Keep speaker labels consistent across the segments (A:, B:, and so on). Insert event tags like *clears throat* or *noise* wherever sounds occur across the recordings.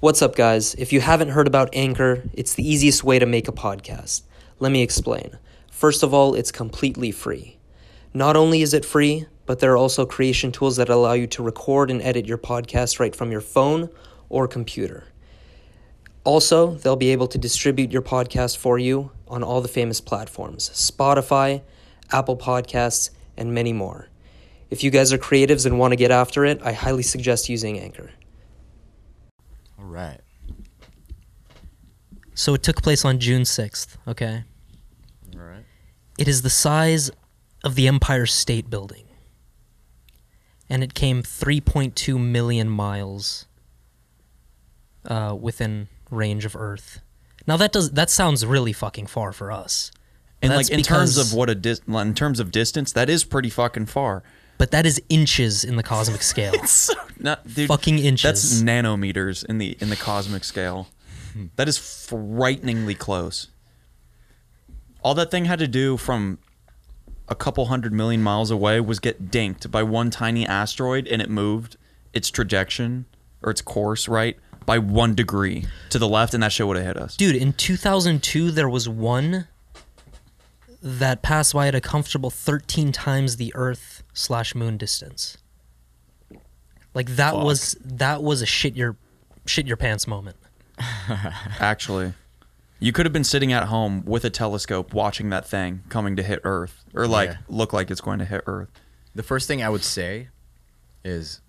A: What's up, guys? If you haven't heard about Anchor, it's the easiest way to make a podcast. Let me explain. First of all, it's completely free. Not only is it free, but there are also creation tools that allow you to record and edit your podcast right from your phone or computer. Also, they'll be able to distribute your podcast for you on all the famous platforms Spotify, Apple Podcasts, and many more. If you guys are creatives and want to get after it, I highly suggest using Anchor.
B: All right.
A: So it took place on June 6th, okay?
B: All right.
A: It is the size of the Empire State Building. And it came 3.2 million miles uh, within range of Earth. Now that does that sounds really fucking far for us.
C: And
A: That's
C: like in terms
A: because-
C: of what a dis- in terms of distance, that is pretty fucking far.
A: but that is inches in the cosmic scale.
C: So not dude,
A: Fucking
C: That's
A: inches.
C: nanometers in the in the cosmic scale.
A: Hmm.
C: That is frighteningly close. All that thing had to do from a couple hundred million miles away was get dinked by one tiny asteroid and it moved its trajectory or its course right by one degree to the left and that shit would have hit us.
A: Dude, in 2002 there was one that passed by at a comfortable 13 times the Earth slash Moon distance. Like that
C: Fuck.
A: was that was a shit your shit your pants moment.
C: Actually, you could have been sitting at home with a telescope watching that thing coming to hit Earth or like
B: Yeah.
C: look like it's going to hit Earth.
B: The first thing I would say is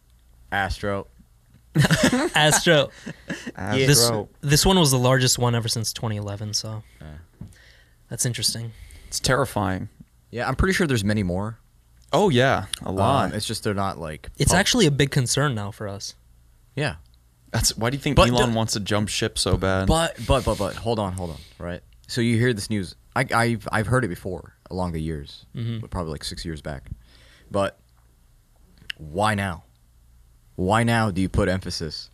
B: Astro.
A: Astro.
B: *laughs* Yeah.
A: this
B: Bro.
A: this one was the largest one ever since 2011. So that's interesting.
C: It's terrifying.
B: Yeah, I'm pretty sure there's many more.
C: Oh yeah, a lot.
B: Um, it's just they're not like.
A: It's
B: pub-
A: actually a big concern now for us.
B: Yeah.
C: That's why do you think
B: But
C: Elon
B: the-
C: wants to jump ship so bad?
B: But but but but hold on hold on right. So you hear this news? I, I've I've heard it before along the years,
A: Mm-hmm. Hmm.
B: but probably like six years back. But why now? Why now do you put emphasis?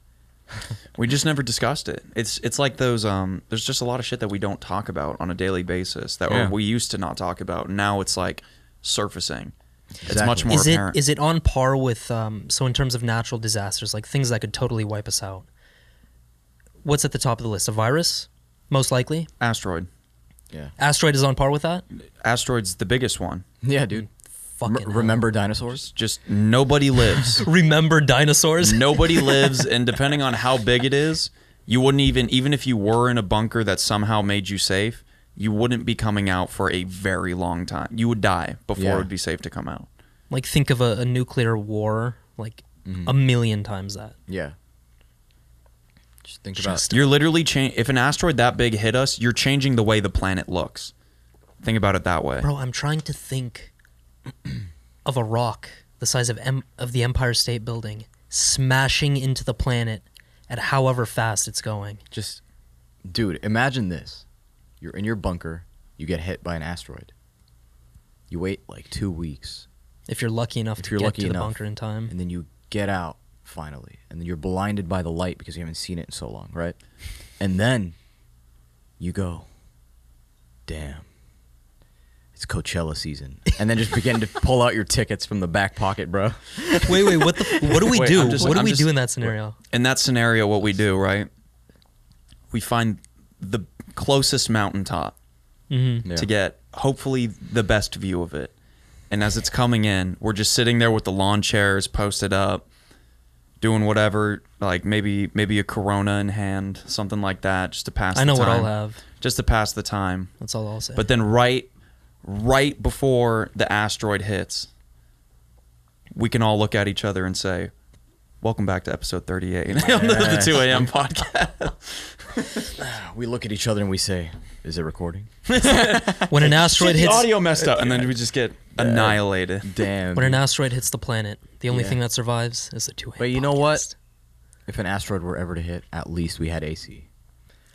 C: we just never discussed it. It's it's like those um. There's just a lot of shit that we don't talk about on a daily basis that
B: Yeah.
C: we used to not talk about. Now it's like surfacing. It's
B: Exactly.
C: much more
A: is
C: apparent.
A: it is it on par with um, so in terms of natural disasters, like things that could totally wipe us out? What's at the top of the list? A virus, most likely.
C: Asteroid.
A: Asteroid is on par with that.
C: Asteroid's the biggest one.
B: Yeah, dude. M-
A: Fucking hell.
B: remember dinosaurs?
C: Just
B: *laughs*
C: nobody lives.
A: *laughs* Remember *laughs* dinosaurs.
C: nobody lives and depending on how big it is you wouldn't even even if you were in a bunker that somehow made you safe you wouldn't be coming out for a very long time you would die before
B: Yeah.
C: it would be safe to come out
A: Like think of a, a nuclear war, like
B: Mm-hmm.
A: a million times that.
B: Yeah. Just think
A: Just-
C: you're literally changing if an asteroid that big hit us you're changing the way the planet looks think about it that way
A: Bro, I'm trying to think *clears throat* of a rock the size of em- of the Empire State Building smashing into the planet at however fast it's going.
B: about just dude, imagine this. You're in your bunker, you get hit by an asteroid. You wait like 2 weeks
A: If you're lucky enough
B: If
A: to
B: you're
A: get
B: lucky
A: to the
B: enough.
A: bunker in time,
B: and then you get out finally and then you're blinded by the light because you haven't seen it in so long, right? And then you go, "Damn. It's Coachella season." And then just begin to pull out your tickets from the back pocket, bro.
A: *laughs* wait, wait, what the? f- What do we
C: Wait,
A: do?
C: I'm just-
A: what do
C: I'm
A: we
C: just-
A: do in that scenario?
C: in that scenario what we do right we find the closest mountaintop
B: Yeah.
C: to get hopefully the best view of it. And as it's coming in, we're just sitting there with the lawn chairs posted up, doing whatever, like maybe maybe a Corona in hand, something like that, just to pass.
A: I know
C: the
A: what
C: time,
A: I'll have.
C: Just to pass the time.
A: That's all I'll say.
C: But then right, right before the asteroid hits, we can all look at each other and say. Welcome back to
A: *laughs*
C: episode 38 on the, the 2 a.m. podcast.
B: We look at each other and we say, "Is it recording?"
A: when an asteroid
C: the
A: hits,
C: audio messed up, and then we just get annihilated.
B: Damn.
A: when an asteroid hits the planet, the only
B: Yeah.
A: thing that survives is the two.
B: But you know what? If an asteroid were ever to hit, at least we had AC.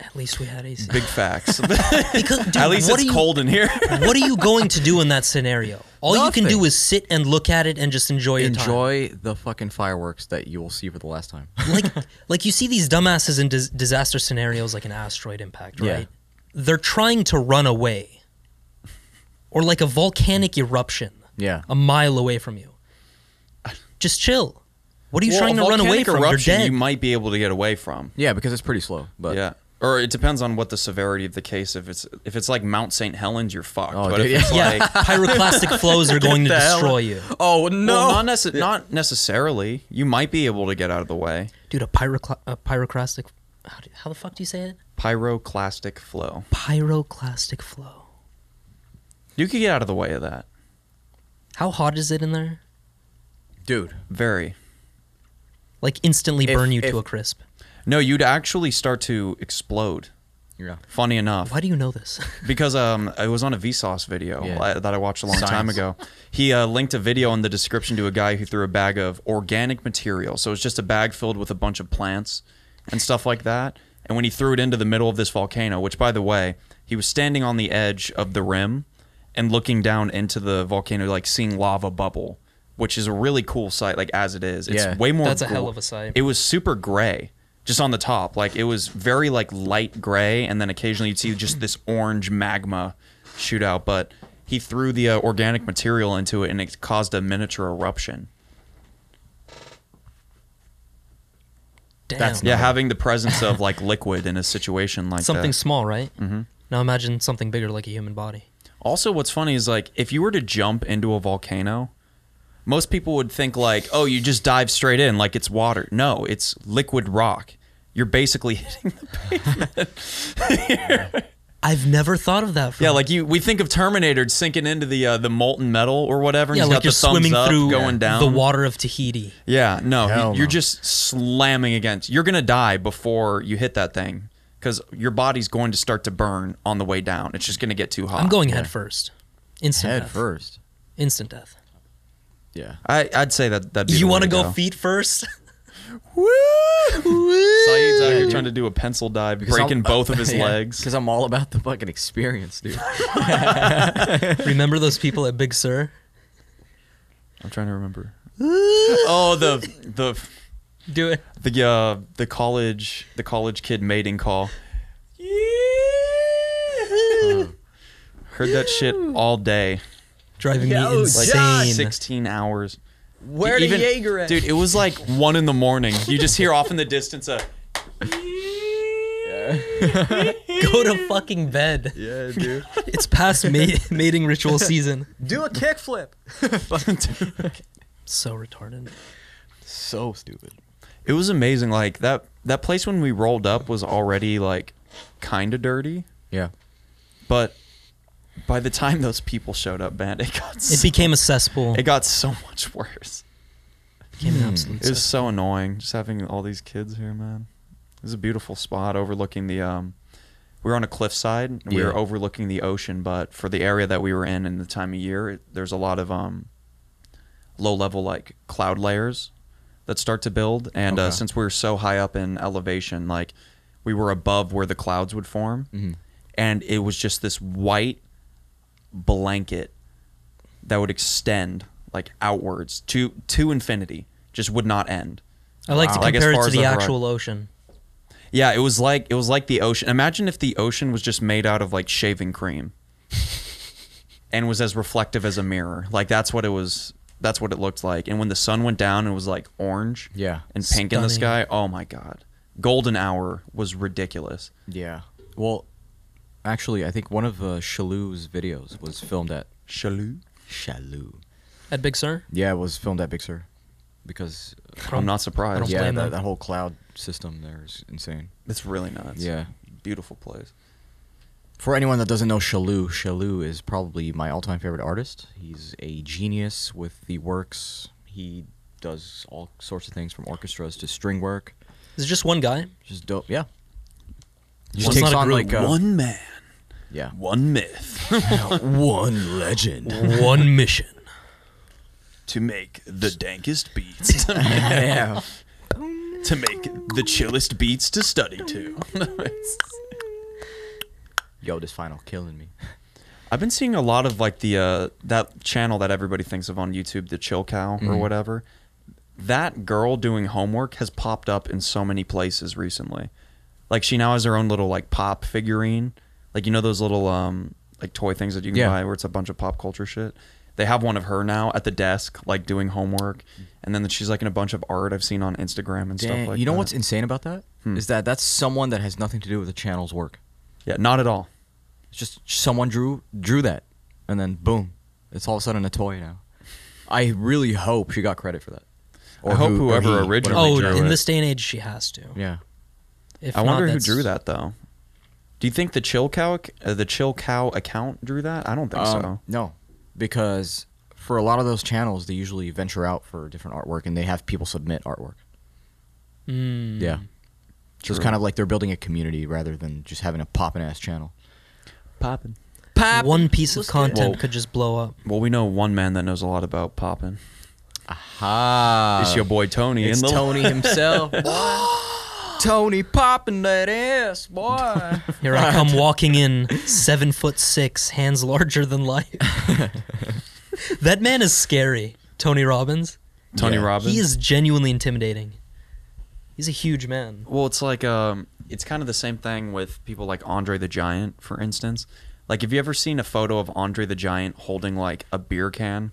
A: At least we had AC.
C: Big *laughs* facts.
A: Because, dude,
C: At least
A: what
C: it's
A: are you-
C: cold in here.
A: what are you going to do in that scenario?
C: *laughs*
A: All you can do
B: Nothing.
A: is sit and look at it and just enjoy your time.
B: Enjoy the fucking fireworks that you will see for the
C: *laughs*
B: last time.
A: like like you see these dumbasses in dis- disaster scenarios like an asteroid impact
B: Yeah.
A: right they're trying to run away or like a volcanic eruption
B: Yeah.
A: a mile away from you just chill
D: What are you trying to
C: a
D: run away
C: volcanic
D: from? You're
C: Eruption,
D: dead.
C: You might be able to get away from.
B: Yeah, because it's pretty slow. But
C: yeah. Or it depends on what the severity of the case. If it's if it's like Mount St. Helens, you're fucked.
B: Oh,
C: but
B: dude,
C: if
D: *laughs*
C: it's
D: yeah,
C: like
D: pyroclastic flows
C: *laughs*
D: are going to
C: the hell?
D: destroy you.
B: Oh no!
C: well, not, necess- not necessarily. You might be able to get out of the way.
D: Dude, a, pyrocla- a pyroclastic. How, do, how the fuck do you say it?
C: Pyroclastic flow.
D: Pyroclastic flow.
C: You could get out of the way of that.
D: How hot is it in there?
B: Dude,
C: Very.
D: Like instantly
B: If-
D: burn you
B: if-
D: to a crisp.
C: No, you'd actually start to explode.
B: yeah.
C: Funny enough,
D: Why do you know this? *laughs*
C: because um, it was on a Vsauce video
B: Yeah.
C: I- that I watched a long time
B: Science.
C: ago. He uh, linked a video in the description to a guy who threw a bag of organic material. So it's just a bag filled with a bunch of plants and stuff like that. And when he threw it into the middle of this volcano, which by the way, he was standing on the edge of the rim and looking down into the volcano, like seeing lava bubble, which is a really cool sight. Like as it is, it's
B: Yeah.
C: way more.
D: That's a hell
C: cool.
D: of a sight.
C: It was super gray, just on the top. Like it was very like light gray, and then occasionally you'd see just this orange magma shoot out. But he threw the uh, organic material into it, and it caused a miniature eruption.
D: Damn.
B: That's
C: Yeah, having the
D: *laughs*
C: presence of like liquid in a situation like
D: something
C: that.
D: small, right? Mm-hmm. Now imagine something bigger like a human body.
C: Also, what's funny is like if you were to jump into a volcano, most people would think like, oh, you just dive straight in like it's water. No, it's liquid rock. You're basically *laughs* hitting the
D: I've never thought of that. From
C: yeah, like you. We think of Terminator sinking into the uh, the molten metal or whatever. And
D: yeah,
C: he's
D: like
C: got
D: you're
C: the thumbs
D: swimming
C: up
D: through
C: going down
D: the water of Tahiti.
C: Yeah, no,
B: Hell
C: you- you're
B: no.
C: just slamming against. You're gonna die before you hit that thing because your body's going to start to burn on the way down. It's just gonna get too hot.
D: I'm going head first. Instant
B: Head
D: death.
B: first.
D: Instant death.
B: Yeah.
C: I, I'd say that that.
D: you
C: want to
D: go, feet first? *laughs*
C: Woo! Saeed's out here
B: dude.
C: trying to do a pencil dive,
B: Because
C: breaking
B: I'm-
C: both
B: *laughs*
C: of
D: *laughs*
C: his
B: yeah,
C: legs.
B: Cuz I'm all about the fucking
C: *laughs*
B: experience, dude. *laughs*
D: Remember those people at Big Sur?
C: I'm trying to remember. *laughs* oh, the the
D: Do it.
C: the uh, the college the college kid mating call. Heard that shit all day.
D: Driving me
A: Oh,
B: Yo,
C: Like
D: insane.
C: sixteen hours.
B: Where
C: Even- Dude, *laughs* it was like one in the morning. You just hear off in the distance a
D: Go to fucking bed.
C: *laughs*
B: Yeah, dude.
D: It's past ma- mating ritual season.
B: Do a kickflip.
C: *laughs*
D: So retarded.
B: so stupid.
C: *laughs* It was amazing. Like that that place when we rolled up was already like kinda dirty.
B: Yeah.
C: But by the time those people showed up, man, it got
D: It
C: so,
D: became a cesspool.
C: it Mm, got so much worse.
D: became an absolute
C: It was
D: cesspool.
C: so annoying just having all these kids here, man. It was a beautiful spot overlooking the um we were on a cliffside and we
B: Yeah.
C: were overlooking the ocean, but for the area that we were in and the time of year, it, there's a lot of um low level like cloud layers that start to build and uh,
B: Okay.
C: since we were so high up in elevation, like we were above where the clouds would form and it was just this white blanket that would extend like outwards to to infinity just would not end
D: I like to
C: Wow. Like, as
D: compare
C: far
D: it to
C: as
D: the
C: I've read.
D: actual ocean.
C: yeah it was like it was like the ocean imagine if the ocean was just made out of like shaving
B: *laughs*
C: cream and was as reflective as a mirror like that's what it was that's what it looked like and when the sun went down it was like orange
B: Yeah.
C: and pink in the
D: Stunning.
C: sky oh my god golden hour was ridiculous
B: Yeah. Well, actually, I think one of uh, Shalou's videos was filmed at
C: Shalou.
B: Shalou.
D: At Big Sur?
B: Yeah, it was filmed at Big Sur because
C: i'm not surprised
D: don't
B: yeah,
D: blame them.
B: that, that whole cloud system there is insane.
C: it's really nuts
B: Yeah.
C: beautiful place
B: For anyone that doesn't know Shalou, Shalou is probably my all-time favorite artist. He's a genius with the works. He does all sorts of things from orchestras to string work.
D: Is it just one
C: *laughs*
D: guy?
B: Just dope. Yeah.
D: Well, it's not a group.
B: uh,
C: one man
B: yeah
C: one myth *laughs*
B: one legend.
D: one mission.
C: to make the dankest
B: *laughs*
C: beats to make,
B: yeah.
C: *laughs* to make the chillest beats to study to *laughs*
B: Yo, this final killing me.
C: i've been seeing a lot of like the uh that channel that everybody thinks of on youtube the chill cow
B: Mm-hmm.
C: or whatever that girl doing homework has popped up in so many places recently like she now has her own little like pop figurine like you know those little um like toy things that you can
B: Yeah.
C: buy where it's a bunch of pop culture shit They have one of her now at the desk, like doing homework, and then she's like in a bunch of art I've seen on Instagram and
B: Dang,
C: stuff like.
B: you know
C: that. Hmm.
B: what's insane about that is that that's someone that has nothing to do with the channel's work.
C: Yeah, not at all.
B: It's just someone drew drew that, and then boom, it's all of a sudden a toy now. I really hope she got credit for that.
C: I hope
B: who- or
C: whoever
B: he,
C: originally
B: whatever
A: Oh,
B: they
C: drew
A: in
C: it.
A: this day and age, she has to.
B: Yeah.
A: If
C: I wonder
A: not,
C: who
A: that's-
C: drew that though. Do you think the Chill Cow ac- uh, the Chill Cow account drew that? I don't think
B: Um,
C: so.
B: No, because for a lot of those channels, they usually venture out for different artwork, and they have people submit artwork.
A: Mm.
B: Yeah. So it's
C: True.
B: kind of like they're building a community rather than just having a poppin' ass channel.
C: Poppin.
A: One piece of
B: Let's get it.
A: content
C: Whoa.
A: could just blow
C: *laughs*
A: up.
C: Well, we know one man that knows a lot about poppin.
B: Aha!
C: it's your boy Tony.
B: It's
C: and Lil-
B: *laughs* Tony himself. Tony popping that ass, boy.
A: Here I come walking in, seven foot six, hands larger than
C: *laughs*
A: life. that man is scary, Tony Robbins.
C: Tony
B: Yeah.
C: Robbins.
A: He is genuinely intimidating. He's a huge man. *laughs*
C: Well, it's like um, it's kind of the same thing with people like Andre the Giant, for instance. Like, have you ever seen a photo of Andre the Giant holding like a beer can?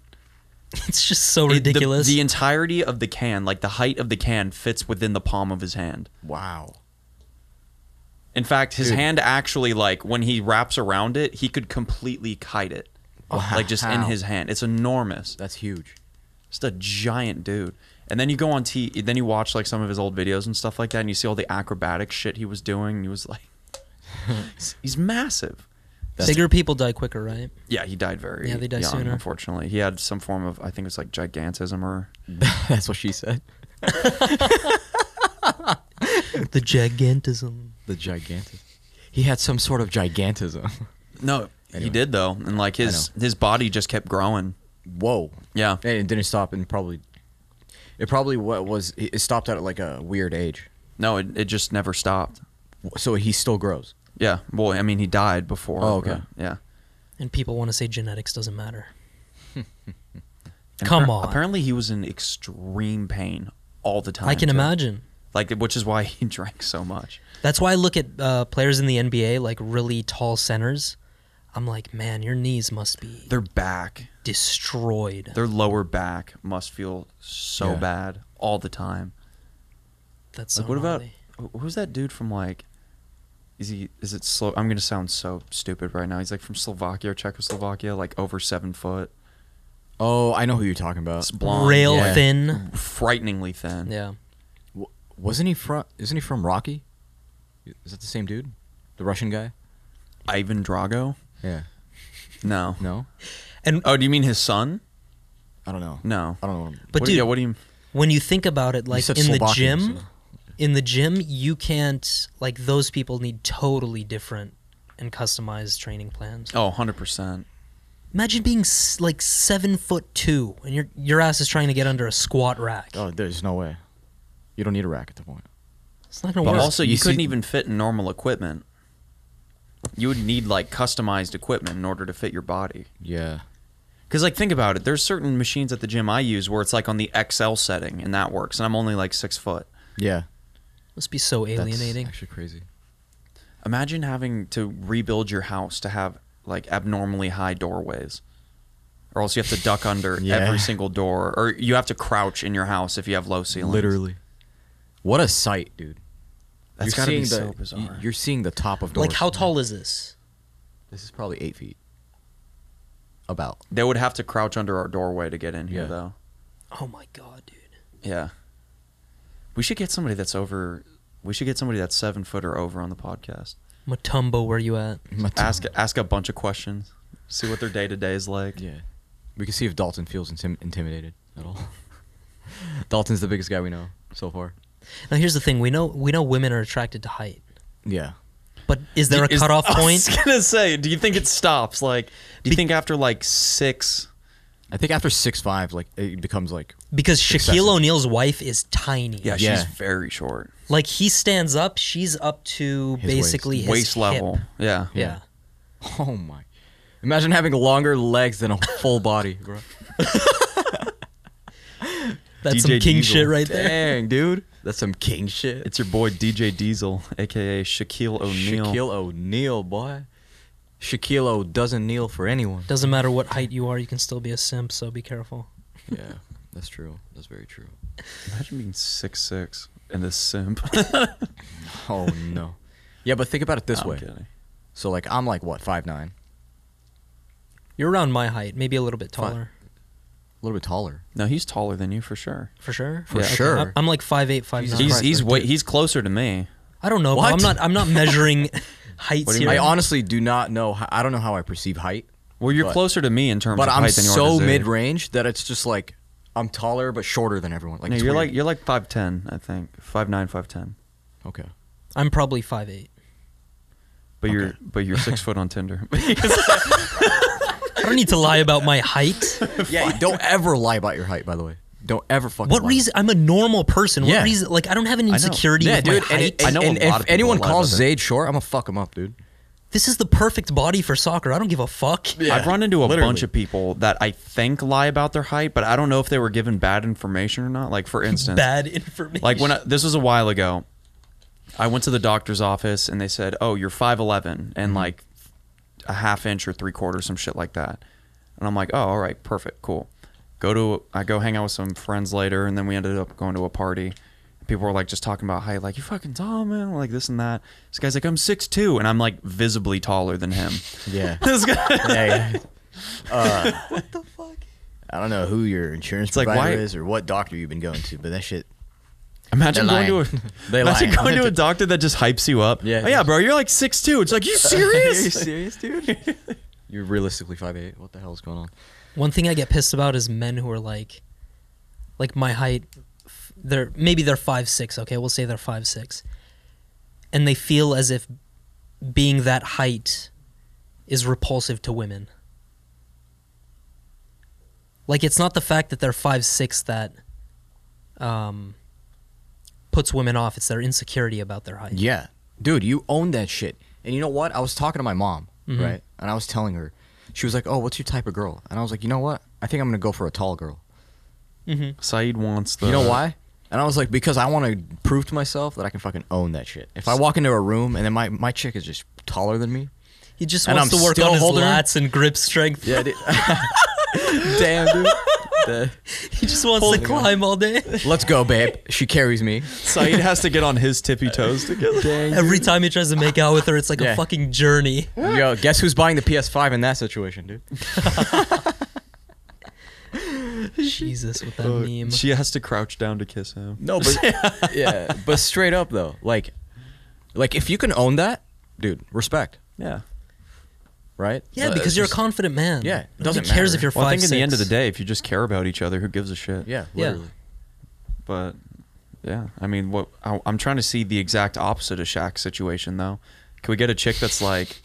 A: It's just so
C: It- the-
A: ridiculous.
C: the entirety of the can, like the height of the can, fits within the palm of his hand.
B: wow.
C: In fact, his
B: Dude.
C: hand actually, like when he wraps around it, he could completely kite it, like just in
B: Wow.
C: his hand. It's enormous.
B: That's huge. *laughs*
C: Just a giant dude. And then you go on T, then you watch like some of his old videos and stuff like that, and you see all the acrobatic shit he was doing. And he was like, he's, he's massive.
A: Bigger people die quicker, right?
C: Yeah, he died very.
A: Yeah, they die
C: young,
A: sooner.
C: Unfortunately, he had some form of I think it's like gigantism or
B: That's what she said.
A: The gigantism.
B: The gigantic. He had some sort of gigantism.
C: no. He
B: Anyway.
C: did though, and like his his body just kept growing.
B: *laughs* Whoa.
C: Yeah,
B: And it didn't stop and probably it probably what was it stopped at like a weird age.
C: no, it, it just never stopped.
B: So he still grows.
C: Yeah, well, I mean, he died before.
B: Oh, okay.
C: but, Yeah.
A: And people want to say genetics doesn't matter.
C: And
A: Come
C: appar-
A: on.
C: Apparently, he was in extreme pain all the time.
A: I can
C: too.
A: imagine.
C: Like, which is why *laughs* he drank so much.
A: That's why I look at uh, players in the NBA, like really tall centers. I'm like, man, your knees must be
C: Their back,
A: destroyed.
C: their lower back, must feel so
B: Yeah.
C: bad all the time.
A: That's so
C: Like, what about
A: gnarly.
C: wh- who's that dude from like? Is he? Is it slow? I'm gonna sound so stupid right now. He's like from Slovakia or Czechoslovakia, like over seven foot,
B: Oh, I know who you're talking about.
C: It's blonde, Mm.
A: rail
B: yeah.
A: thin.
C: frighteningly thin.
A: Uh, Yeah.
B: W- wasn't he from isn't he from Rocky? Is that the same dude? The Russian guy?
C: Ivan Drago?
B: Yeah.
C: No.
B: No?
C: Oh, do you mean his son?
B: I don't know.
C: No.
B: I don't know. What I'm-
A: But
C: what do
A: dude,
C: you, yeah, what do you?
A: when you think about it, like
B: said
A: in the
B: Slovakian,
A: gym,
B: so-
A: in the gym, you can't like those people need totally different and customized training plans.
C: Oh, 100 percent.
A: Imagine being s- like seven foot two, and your your ass is trying to get under a squat rack.
B: Oh, there's no way. You don't need a rack at the point.
A: It's not gonna
C: But
A: work.
C: also, you,
B: You see-
C: couldn't even fit in normal equipment. You would need like customized equipment in order to fit your body.
B: Yeah.
C: Because like think about it, there's certain machines at the gym I use where it's like on the XL setting and that works, and I'm only like six foot.
B: Yeah.
A: must be so alienating.
B: actually crazy.
C: Imagine having to rebuild your house to have like abnormally high doorways. Or else you have to duck under
B: *laughs* Yeah.
C: every single door, or you have to crouch in your house if you have low ceilings.
B: Literally. What a sight, dude.
C: that's
B: you're
C: gotta be
B: seeing
C: so
B: the-
C: bizarre.
B: You're seeing the top of doors.
A: Like, how tall is this?
B: This is probably eight feet. About.
C: They would have to crouch under our doorway to get in here,
B: Yeah.
C: though.
A: Oh my god, dude.
C: Yeah. We should get somebody that's over. We should get somebody that's seven foot or over on the podcast.
A: Matumbo, where you at?
C: Ask ask a bunch of questions. See what their day to day is like.
B: *laughs* Yeah. We can see if Dalton feels intim- intimidated at all. *laughs* Dalton's the biggest guy we know so far.
A: Now here's the thing: we know we know women are attracted to height,
B: Yeah.
A: but is there a
C: Is- *laughs*
A: cutoff point?
C: I was gonna say, do you think it stops? Like, do you think after like six?
B: I think after six five, like it becomes like
A: Because Shaquille
B: Excessive.
A: O'Neal's wife is tiny.
C: Yeah,
B: Yeah.
C: she's very short,
A: Like he stands up, she's up to
B: His
A: basically his
C: waist
A: hip.
C: level. Yeah.
A: Yeah.
B: Yeah. *laughs* oh my. Imagine having longer legs than a full body, bro.
A: That's
C: DJ
A: some king
C: Diesel.
A: shit right there.
B: Dang, dude. That's some king shit.
C: It's your boy DJ Diesel, aka Shaquille O'Neal.
B: Shaquille O'Neal, boy. Shaquille doesn't kneel for anyone.
A: Doesn't matter what height you are, you can still be a simp, so be careful.
E: yeah, that's true. That's very true.
C: Imagine being six six and a simp.
B: *laughs* Oh no. Yeah, but think about it
C: *laughs*
B: this
C: I'm
B: way.
C: kidding.
B: So like I'm like what five nine,
A: You're around my height, maybe a little bit
B: Fine.
A: taller.
B: a little bit taller.
C: No, he's taller than you for sure.
A: For sure.
B: For
A: Yeah, okay.
B: sure.
A: I'm, I'm like five eight, five nine.
C: he's
B: Christ,
C: he's
B: dude.
C: way he's closer to me.
A: I don't know. Bro. I'm
B: What?
A: not. I'm not measuring heights
C: *laughs* What do you
A: here.
B: I honestly do not know. How, I don't know how I perceive height,
C: Well, you're
B: But-
C: closer to me in terms
B: but
C: of
B: I'm
C: height than you are
B: so
C: to Zay.
B: mid range that it's just like I'm taller but shorter than everyone. Like
C: No,
B: it's
C: you're
B: weird.
C: like you're like five ten, I think five nine, five ten. *laughs*
B: okay.
A: I'm probably five eight.
C: But you're
B: Okay.
C: but you're six foot on
B: *laughs*
C: Tinder.
A: I don't need to lie about my
C: *laughs*
A: height.
B: Yeah, don't ever lie about your height. By the way, don't ever fucking.
A: What
B: lie.
A: reason? I'm a normal person. What
B: Yeah.
A: reason? Like I don't have an
C: know.
A: insecurity
B: Yeah,
A: with
B: dude.
A: my
B: And,
A: height.
B: it- and,
C: I know a
B: and
C: lot of
B: if
C: people
B: anyone
C: lie about
B: calls
C: that.
B: Zayd short, I'm gonna fuck him up, dude.
A: this is the perfect body for soccer. I don't give a fuck.
C: I've run into a
B: literally.
C: bunch of people that I think lie about their height, but I don't know if they were given bad information or not. Like for instance,
A: Bad *laughs* information.
C: like when I, this was a while ago, I went to the doctor's office and they said, "Oh, you're five eleven
B: Mm-hmm.
C: and like a half inch or three quarters, some shit like that." And I'm like, "Oh, all right, perfect, cool." Go to I go hang out with some friends later, and then we ended up going to a party. People were like just talking about height, like you fucking tall man, like this and that. This guy's like I'm six two, and I'm like visibly taller than
B: *laughs*
C: him. *laughs*
B: Yeah.
C: this guy, *laughs*
B: yeah, yeah. Uh, what the fuck? I don't know who your insurance
C: like,
B: provider
C: why-
B: is or what doctor you've been going to, but that shit.
C: Imagine
B: They're
C: going to a
B: lying. They
C: imagine
B: lying.
C: going to a doctor that just hypes you up.
B: Yeah.
C: oh, yeah, bro, you're like six two. It's like
B: *laughs*
C: you serious?
B: serious, dude? *laughs* You're realistically five eight. What the hell is going on?
A: One thing I get pissed about is men who are like, like my height. f- They're maybe they're five six. Okay, we'll say they're five six, and they feel as if being that height is repulsive to women. Like it's not the fact that they're five six that, um, puts women off. It's their insecurity about their height.
B: Yeah. Dude, you own that shit. And you know what? I was talking to my mom, right? And I was telling her, she was like, oh, what's your type of girl? And I was like, you know what? I think I'm going to go for a tall girl.
C: Saeed wants the.
B: You know why? And I was like, because I want to prove to myself that I can fucking own that shit. If I walk into a room and then my, my chick is just taller than me.
A: He just
B: And
A: wants
B: I'm
A: to work
B: still
A: on his
B: holding her?
A: lats and grip strength.
B: Yeah, *laughs* dude. Damn, dude. The-
A: He just wants to climb all day.
B: Let's go, babe. She carries me.
C: Saeed has to get on his tippy toes to get.
A: Every time he tries to make out with her, it's like
B: Yeah.
A: a fucking journey.
B: Yo, guess who's buying the PS5 in that situation, dude?
A: *laughs* Jesus, with that
B: Oh,
A: meme.
C: She has to crouch down to kiss him.
B: No, but yeah, but straight up though, like, like if you can own that, dude, respect,
C: *laughs* Yeah.
B: right?
A: yeah,
B: Uh,
A: because you're a
B: just-
A: confident man.
B: Yeah, it doesn't
A: Nobody cares
B: matter.
A: if you're
C: Well,
A: five.
C: I think in the end of the
A: six.
C: day, if you just care about each other, who gives a shit?
B: Yeah,
A: Yeah.
B: literally.
C: But yeah, I mean, what I, I'm trying to see the exact opposite of Shaq's situation though. Can we get a chick that's like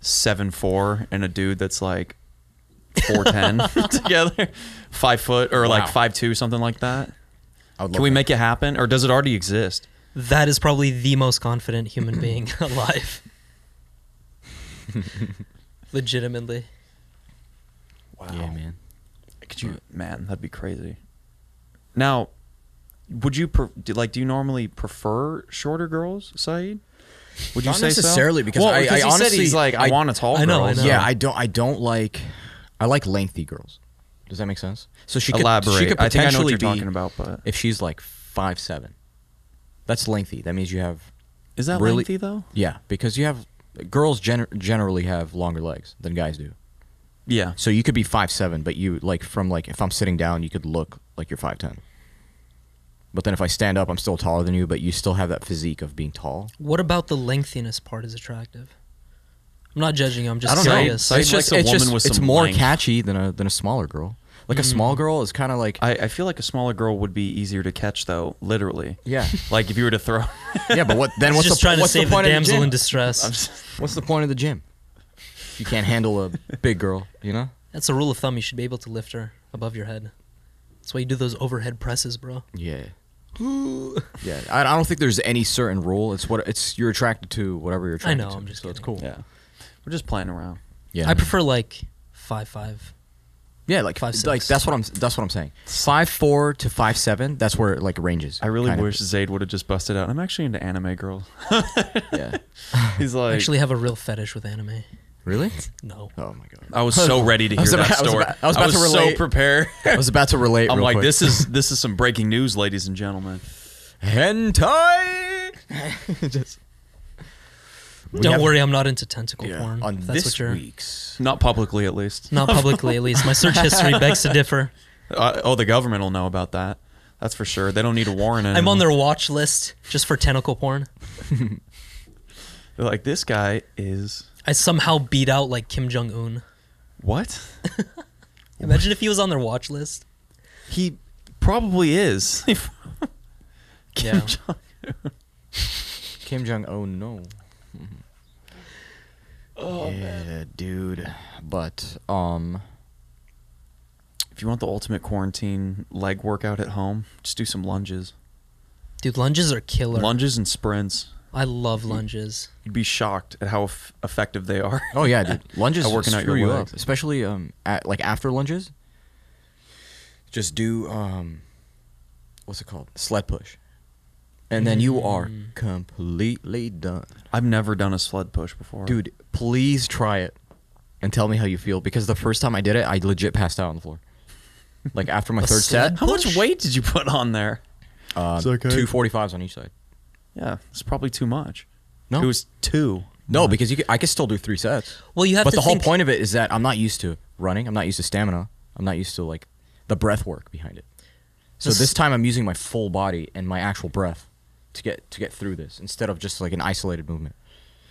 C: seven four and a dude that's like four
B: *laughs*
C: ten *laughs* together, five foot or like
B: Wow.
C: five two, something like that?
B: I would love
C: Can we
B: that.
C: make it happen, or does it already exist?
A: that is probably the most confident human being *laughs* alive.
B: *laughs*
A: Legitimately,
C: Wow,
B: Yeah, man.
C: Could you, man, that'd be crazy. Now, would you pre- do, like? Do you normally prefer shorter girls, Saeed? Would you
B: Not
C: say so?
B: necessarily, because
C: well,
B: I-
C: because
B: I
C: he said
B: honestly-
C: he's like I,
B: I-
C: want a tall
A: I know,
C: girl.
A: I know.
B: Yeah, I don't. I don't like. I like lengthy girls. Does that make sense? So she could
C: Elaborate.
B: She could
C: I think I know what
B: potentially
C: you're
B: be-
C: talking about, but-
B: if she's like five seven, that's lengthy. That means you have.
C: Is that
B: really,
C: lengthy though?
B: Yeah, because you have girls gener- generally have longer legs than guys do.
C: Yeah.
B: So you could be five seven, but you like from like if I'm sitting down, you could look like you're five ten. But then if I stand up, I'm still taller than you, but you still have that physique of being tall.
A: what about the lengthiness part is attractive? I'm not judging. you, I'm just
B: I don't know.
A: curious.
C: Said
B: Oh, it's
C: likes
B: just,
C: a
B: it's,
C: woman
B: just
C: with
B: it's
C: some
B: more
C: length.
B: catchy than a than a smaller girl. Like a small girl is kind of like
C: I, I feel like a smaller girl would be easier to catch though, literally.
B: Yeah.
C: *laughs* Like if you were to
B: *laughs*
C: throw
B: *laughs* yeah, but what then?
A: He's
B: What's
A: just
B: the
A: trying
B: what's
A: to save the,
B: the point of the
A: damsel
B: gym?
A: in distress.
B: What's the point of the gym? If You can't *laughs* handle a big girl, you know?
A: That's a rule of thumb. You should be able to lift her above your head. That's why you do those overhead presses, bro.
B: Yeah. yeah, I, I don't think there's any certain rule. It's what it's you're attracted to whatever you're attracted
A: know,
B: to.
A: I'm just
B: so it's
A: kidding.
B: cool.
C: Yeah. We're just playing around.
B: Yeah,
A: I prefer like five five.
B: Yeah, like
A: Five,
B: Like
A: six.
B: that's what I'm. That's what I'm saying. Five four to five seven. That's where it, like ranges.
C: I really
B: kind of. *laughs*
C: wish Zayd would have just busted out. I'm actually into anime girls. *laughs*
B: Yeah.
C: He's like
A: I actually have a real fetish with anime.
B: Really?
A: No.
B: Oh my god.
C: I was so ready to
B: *laughs*
C: hear
B: I was
C: that
B: about- I was
C: story.
B: about- I was about to
C: so
B: relate. *laughs*
C: prepared.
B: I was about to relate.
C: I'm
B: real
C: like,
B: quick.
C: this
B: *laughs*
C: is this is some breaking news, ladies and gentlemen.
B: hentai. *laughs* Just- We
A: Don't
B: have-
A: worry, I'm not into tentacle
B: yeah,
A: porn.
B: on
A: if that's
B: this
A: what you're.
B: week's.
C: Not publicly, at least.
A: Not publicly, at least. My
B: *laughs*
A: search history begs to differ.
C: Uh, oh, the government will know about that. That's for sure. They don't need a warrant.
A: I'm on
C: anymore.
A: their watch list just for tentacle porn.
C: They're like, this guy is
A: I somehow beat out like Kim Jong Un.
C: what?
A: Imagine if he was on their watch list.
C: He probably
B: *laughs*
C: is.
A: Yeah.
B: Kim Jong Un, no. Oh yeah, dude. But um,
C: If you want the ultimate quarantine leg workout at home, just do some lunges.
A: *laughs* Dude, lunges are killer.
C: Lunges and sprints.
A: I love lunges.
C: You'd be shocked at how eff effective they are. *laughs*
B: oh yeah, dude. *laughs* Lunges
C: At working
B: working
C: out
B: screw
C: your
B: you
C: legs.
B: up, especially um, at, like after lunges. Just do um, what's it called? Sled push, and then you are completely done,
C: I've never done a sled push before.
B: dude. Please try it, and tell me how you feel because the first time I did it, I legit passed out on the floor. Like after *laughs* my
A: A
B: third
A: sled
B: set,
C: how much weight did you put on there?
B: uh, two forty fives on each side.
C: Yeah, it's probably too much.
B: No.
C: It was two.
B: No, because you could, I could still do three sets.
A: Well, you have
B: but
A: to
B: the whole
A: think-
B: point of it is that I'm not used to running. I'm not used to stamina. I'm not used to like the breath work behind it. So
A: This-
B: this, time I'm using my full body and my actual breath to get to get through this instead of just like an isolated movement.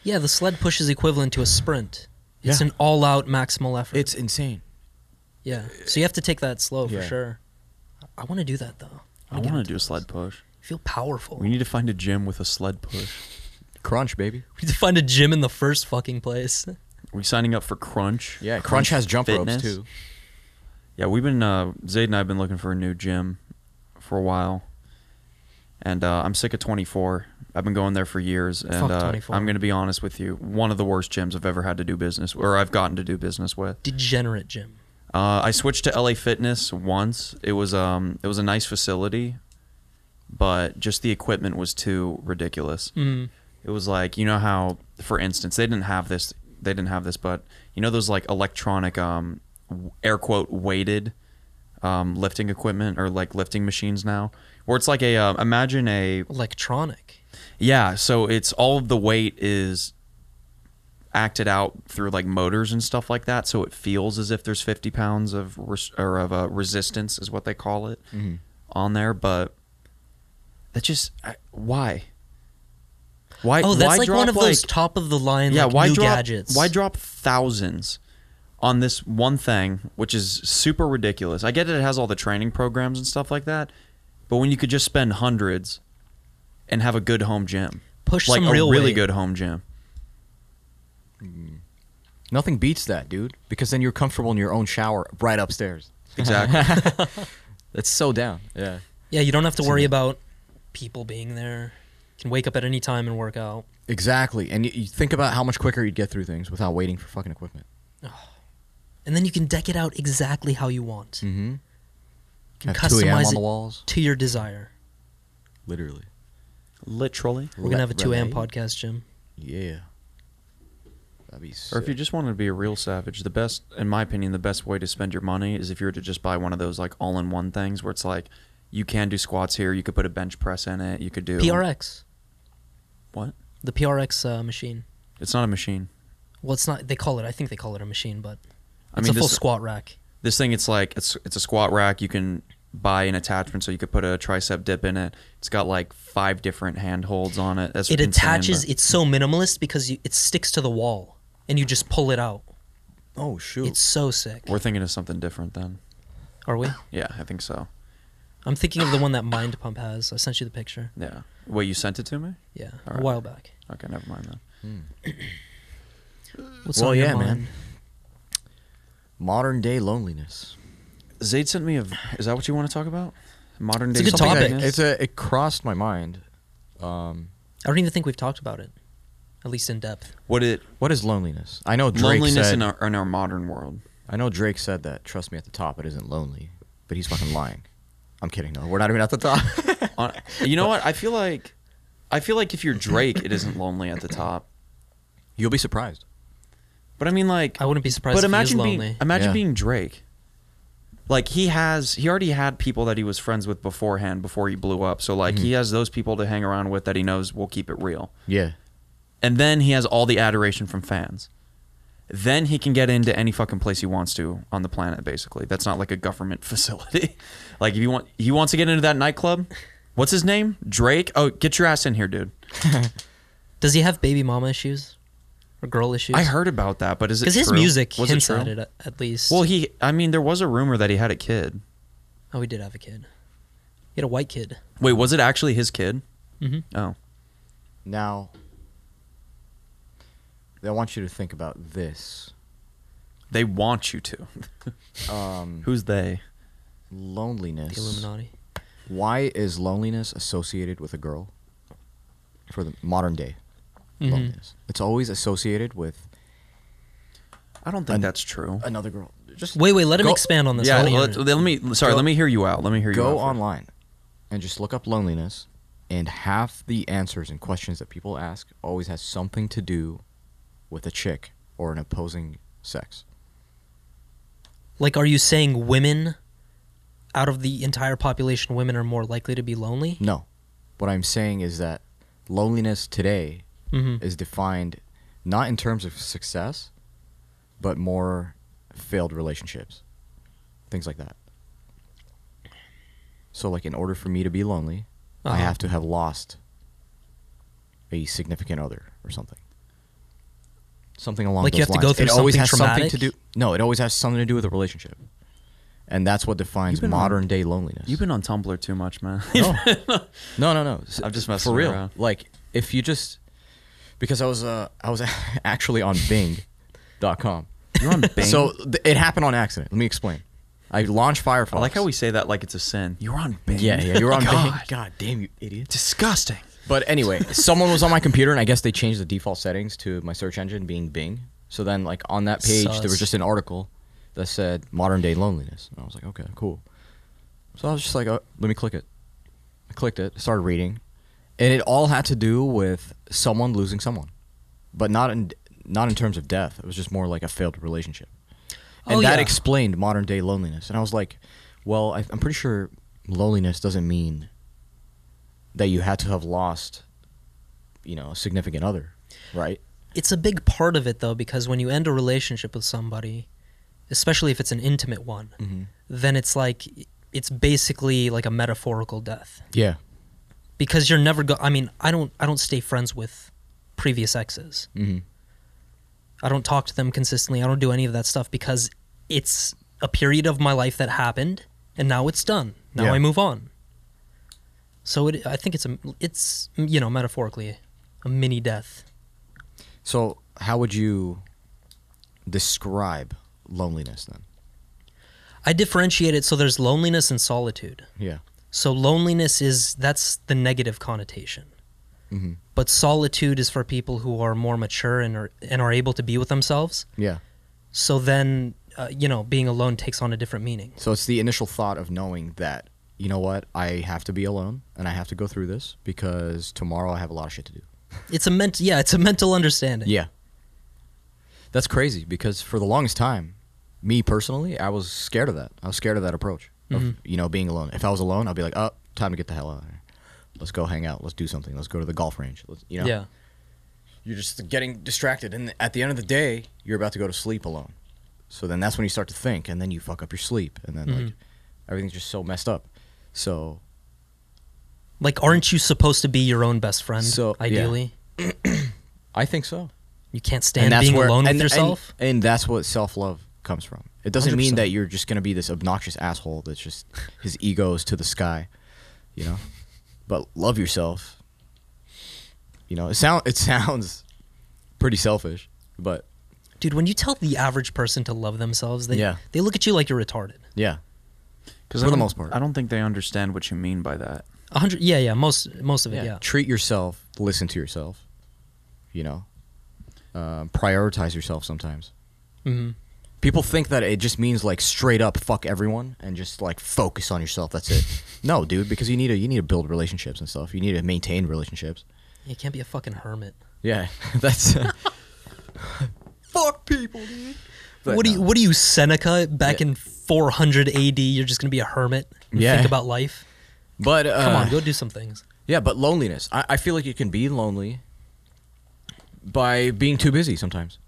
A: Yeah, the sled push is equivalent to a sprint. It's
B: Yeah.
A: an all out maximal effort.
B: It's insane.
A: yeah. So you have to take that slow for
B: Yeah.
A: sure. I want to do that though.
C: I want to do a sled push.
A: feel powerful.
C: We need to find a gym with a sled push.
B: Crunch, baby.
A: *laughs* We need to find a gym in the first fucking place.
C: Are we signing up for Crunch?
B: Yeah, Crunch has jump
C: Fitness?
B: ropes too.
C: Yeah, we've been uh, Zayd and I've been looking for a new gym for a while, and uh, I'm sick of 24. I've been going there for years, and
A: Fuck
C: uh,
A: 24.
C: I'm going to be honest with you. One of the worst gyms I've ever had to do business, or I've gotten to do business with.
A: Degenerate gym.
C: Uh, I switched to LA Fitness once. It was um, it was a nice facility, but just the equipment was too ridiculous.
A: Mm.
C: It was like you know how, for instance, they didn't have this. They didn't have this, but you know those like electronic, um, w- air quote weighted, um, lifting equipment or like lifting machines now, where it's like a uh, imagine a
A: Electronic.
C: yeah. So it's all of the weight is acted out through like motors and stuff like that. So it feels as if there's 50 pounds of res- or of uh, resistance is what they call it
A: Mm-hmm.
C: on there. But that just I, why. Why?
A: Oh, that's
C: why
A: like
C: drop,
A: one of those
C: like-
A: top of the line
C: yeah,
A: like,
C: why
A: new
C: drop,
A: gadgets.
C: Why drop thousands on this one thing, which is super ridiculous? I get it; it has all the training programs and stuff like that, but when you could just spend hundreds and have a good home gym,
A: Push
C: like
A: some
C: a
A: real
C: really
A: weight.
C: good home gym.
B: Nothing beats that, dude, because then you're comfortable in your own shower right upstairs.
C: Exactly.
B: *laughs* That's so down. Yeah.
A: Yeah, you don't have to worry about people being there. You can wake up at any time and work out.
B: Exactly. And you, you think about how much quicker you'd get through things without waiting for fucking equipment.
A: And then you can deck it out exactly how you want.
C: Mm,
B: Mm-hmm.
A: You can
B: Have 2 a.m.
A: customize
B: on the
A: it
B: walls.
A: to your desire.
B: Literally.
C: Literally.
A: We're going to have a 2 a.m.
B: Relay?
A: podcast, Jim.
B: Yeah. That'd be sick.
C: Or if you just wanted to be a real savage, the best, in my opinion, the best way to spend your money is if you were to just buy one of those like all-in-one things where it's like you can do squats here, you could put a bench press in it, you could do
A: PRX.
C: What?
A: The PRX uh, machine.
C: It's not a machine.
A: Well, it's not. They call it. I think they call it a machine, but
C: I
A: it's
C: mean,
A: a full
C: this-
A: squat rack.
C: this thing it's like it's it's a squat rack you can buy an attachment so you could put a tricep dip in it it's got like five different handholds on it that's
A: It
C: insane,
A: attaches.
C: but-
A: It's so minimalist because you, it sticks to the wall, and you just pull it out.
B: oh shoot.
A: It's so sick.
C: we're thinking of something different then
A: Are we?
C: yeah i think so
A: I'm thinking of the one that Mind Pump has. I sent you the picture.
C: yeah wait you sent it to me
A: Yeah, a
C: All right.
A: while back.
C: okay never mind then
A: What's
B: well,
A: on your
B: yeah, man.
A: mind?
B: Modern day loneliness.
C: zayd sent me a is that what you want to talk about modern day
A: It's a good
C: something
A: topic.
C: I missed?
B: it's a. It crossed my mind. Um,
A: I don't even think we've talked about it, at least in depth.
C: what it
B: what is loneliness? I know Drake
C: loneliness
B: said.
C: in our in our modern world
B: I know Drake said that. Trust me, at the top it isn't lonely, but he's fucking lying. I'm kidding. No, we're not even at the top. *laughs*
C: On- Uh, you know what i feel like i feel like if you're drake it isn't lonely at the top
B: You'll be surprised.
C: But I mean, like,
A: I wouldn't be surprised if
C: But
A: he is
C: imagine being
A: lonely.
C: imagine
B: Yeah.
C: being Drake. Like he has, he already had people that he was friends with beforehand before he blew up. So
A: Mm-hmm.
C: like he has those people to hang around with that he knows will keep it real.
B: Yeah.
C: And then he has all the adoration from fans. Then he can get into any fucking place he wants to on the planet, basically. That's not like a government *laughs* facility. like if you want he wants to get into that nightclub. What's his name? Drake? Oh, get your ass in here, dude.
A: Does he have baby mama issues or girl issues?
C: I heard about that, but is it
A: because his
C: true?
A: music
C: Was
A: hints
C: it true?
A: at it at- at least.
C: Well, he I mean there was a rumor that he had a kid.
A: oh, he did have a kid. He had a white kid.
C: Wait, was it actually his kid?
A: Mhm.
C: Oh.
B: Now, I want you to think about this.
C: They want you to. *laughs*
B: Um,
C: Who's they?
B: loneliness.
A: The Illuminati.
B: Why is loneliness associated with a girl? For the modern day
C: Mm-hmm.
A: Mhm.
B: loneliness, it's always associated with
C: I don't think
B: An-
C: that's true.
B: another girl. Just
A: Wait, wait. Let him
B: Go-
A: expand on this. I
C: yeah,
A: wanna hear
C: let,
A: it.
C: let me sorry,
B: Go-
C: let me hear you out. Let me hear you out
B: go
C: first.
B: online and just look up loneliness, and half the answers and questions that people ask always has something to do with a chick or an opposing sex.
A: Like, are you saying women, out of the entire population, women are more likely to be lonely?
B: No, what I'm saying is that loneliness today
A: Mm-hmm.
B: is defined not in terms of success, but more failed relationships, things like that. So, like, in order for me to be lonely, I
A: Uh-huh.
B: have to have lost a significant other or something. Something along
A: Like
B: those
A: you have to go
B: lines.
A: through
B: it always
A: something
B: has something to
A: traumatic?
B: do. No, it always has something to do with a relationship, and that's what defines
C: been on-
B: modern day loneliness.
C: You've been on Tumblr too much, *laughs* man.
B: No, no, no, no.
C: I'm just messing
B: for real.
C: around.
B: Like if you just because I was uh I was *laughs* actually on Bing.com.
C: You're *laughs* on Bing.
B: So th- it happened on accident. Let me explain. I launched Firefox.
C: I like how we say that like it's a sin. You're on Bing.
B: Yeah, yeah. You're
C: *laughs*
B: on
C: God.
B: Bing. God damn you, idiot.
C: Disgusting.
B: But anyway,
C: *laughs*
B: someone was on my computer, and I guess they changed the default settings to my search engine being Bing. So then, like on that page, there
A: Sus.
B: was just an article that said modern day loneliness, and I was like, okay, cool. So I was just like, oh, let me click it. I clicked it, started reading, and it all had to do with someone losing someone, but not in not in terms of death. It was just more like a failed relationship, and
A: Oh,
B: that
A: yeah.
B: explained modern day loneliness. And I was like, well, I, I'm pretty sure loneliness doesn't mean that you had to have lost, you know, a significant other, right?
A: It's a big part of it though, because when you end a relationship with somebody, especially if it's an intimate one, then it's like it's basically like a metaphorical death
B: Yeah.
A: because you're never go. I mean, I don't I don't stay friends with previous exes.
B: Mm-hmm.
A: I don't talk to them consistently. I don't do any of that stuff because it's a period of my life that happened and now it's done. Now
B: Yeah.
A: I move on. So it, I think it's a it's you know metaphorically a mini death.
B: So, how would you describe loneliness then?
A: I differentiate it so there's loneliness and solitude.
B: Yeah.
A: So loneliness is that's the negative connotation.
B: Mhm.
A: But solitude is for people who are more mature and are and are able to be with themselves.
B: Yeah.
A: So then, uh, you know, being alone takes on a different meaning.
B: So it's the initial thought of knowing that you know what I have to be alone and I have to go through this because tomorrow I have a lot of shit to do.
A: It's a ment- yeah, it's a mental understanding.
B: Yeah. That's crazy because for the longest time, me personally, I was scared of that. I was scared of that approach of you know being alone. If I was alone, I'd be like, "Oh, time to get the hell out of here. Let's go hang out. Let's do something. Let's go to the golf range." Let's, you know.
A: Yeah.
B: You're just getting distracted and at the end of the day, you're about to go to sleep alone. So then that's when you start to think and then you fuck up your sleep and then like everything's just so messed up. So
A: Like aren't you supposed to be your own best friend
B: So, yeah.
A: ideally?
B: I think so.
A: You can't stand being alone with yourself.
B: And, that's what self love comes from. It doesn't mean
A: 100%.
B: that you're just gonna be this obnoxious asshole that's just his ego is to the sky, you know. But love yourself. You know, it sound it sounds pretty selfish, but
A: Dude, when you tell the average person to love themselves, they
B: Yeah.
A: they look at you like you're retarded.
B: yeah,
C: Because
B: For the most part.
C: I don't think they understand what you mean by that.
A: A 100 Yeah, yeah, most most of it, yeah.
B: Treat yourself, listen to yourself. You know, uh, prioritize yourself sometimes.
A: Mhm.
B: People think that it just means like straight up fuck everyone and just like focus on yourself. That's it.
A: *laughs*
B: no, dude, because you need to you need to build relationships and stuff. You need to maintain relationships.
A: *laughs* You can't be a fucking hermit.
B: Yeah, that's. fuck
A: people, dude.
B: But
A: what do
B: no.
A: you? What are you, Seneca? Back
B: Yeah.
A: in 400 AD, you're just gonna be a hermit. And
B: Yeah.
A: Think about life.
B: *laughs* But uh,
A: Come on, go do some things.
B: Yeah, but loneliness. I, I feel like you can be lonely by being too busy sometimes.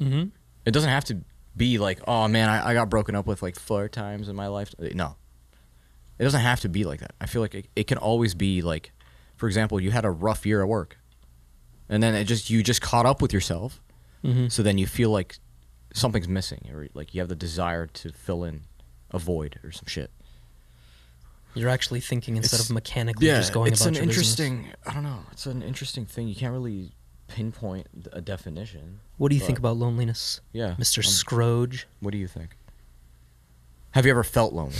A: Mm-hmm.
B: It doesn't have to be like, oh man, I, I got broken up with like four times in my life. No. It doesn't have to be like that. I feel like it, it can always be like, for example, you had a rough year at work and then it just, you just caught up with yourself.
A: Mm-hmm.
B: So then you feel like something's missing or like you have the desire to fill in a void or some shit.
A: You're actually thinking instead
B: It's-
A: of mechanically just going
B: it's
A: about
B: an
A: your
B: interesting.
A: business.
B: I don't know. It's an interesting thing. You can't really pinpoint a definition.
A: What do you think
B: but-
A: about loneliness,
B: Yeah,
A: Mr.
B: um,
A: Scrooge?
B: What do you think? Have you ever felt lonely?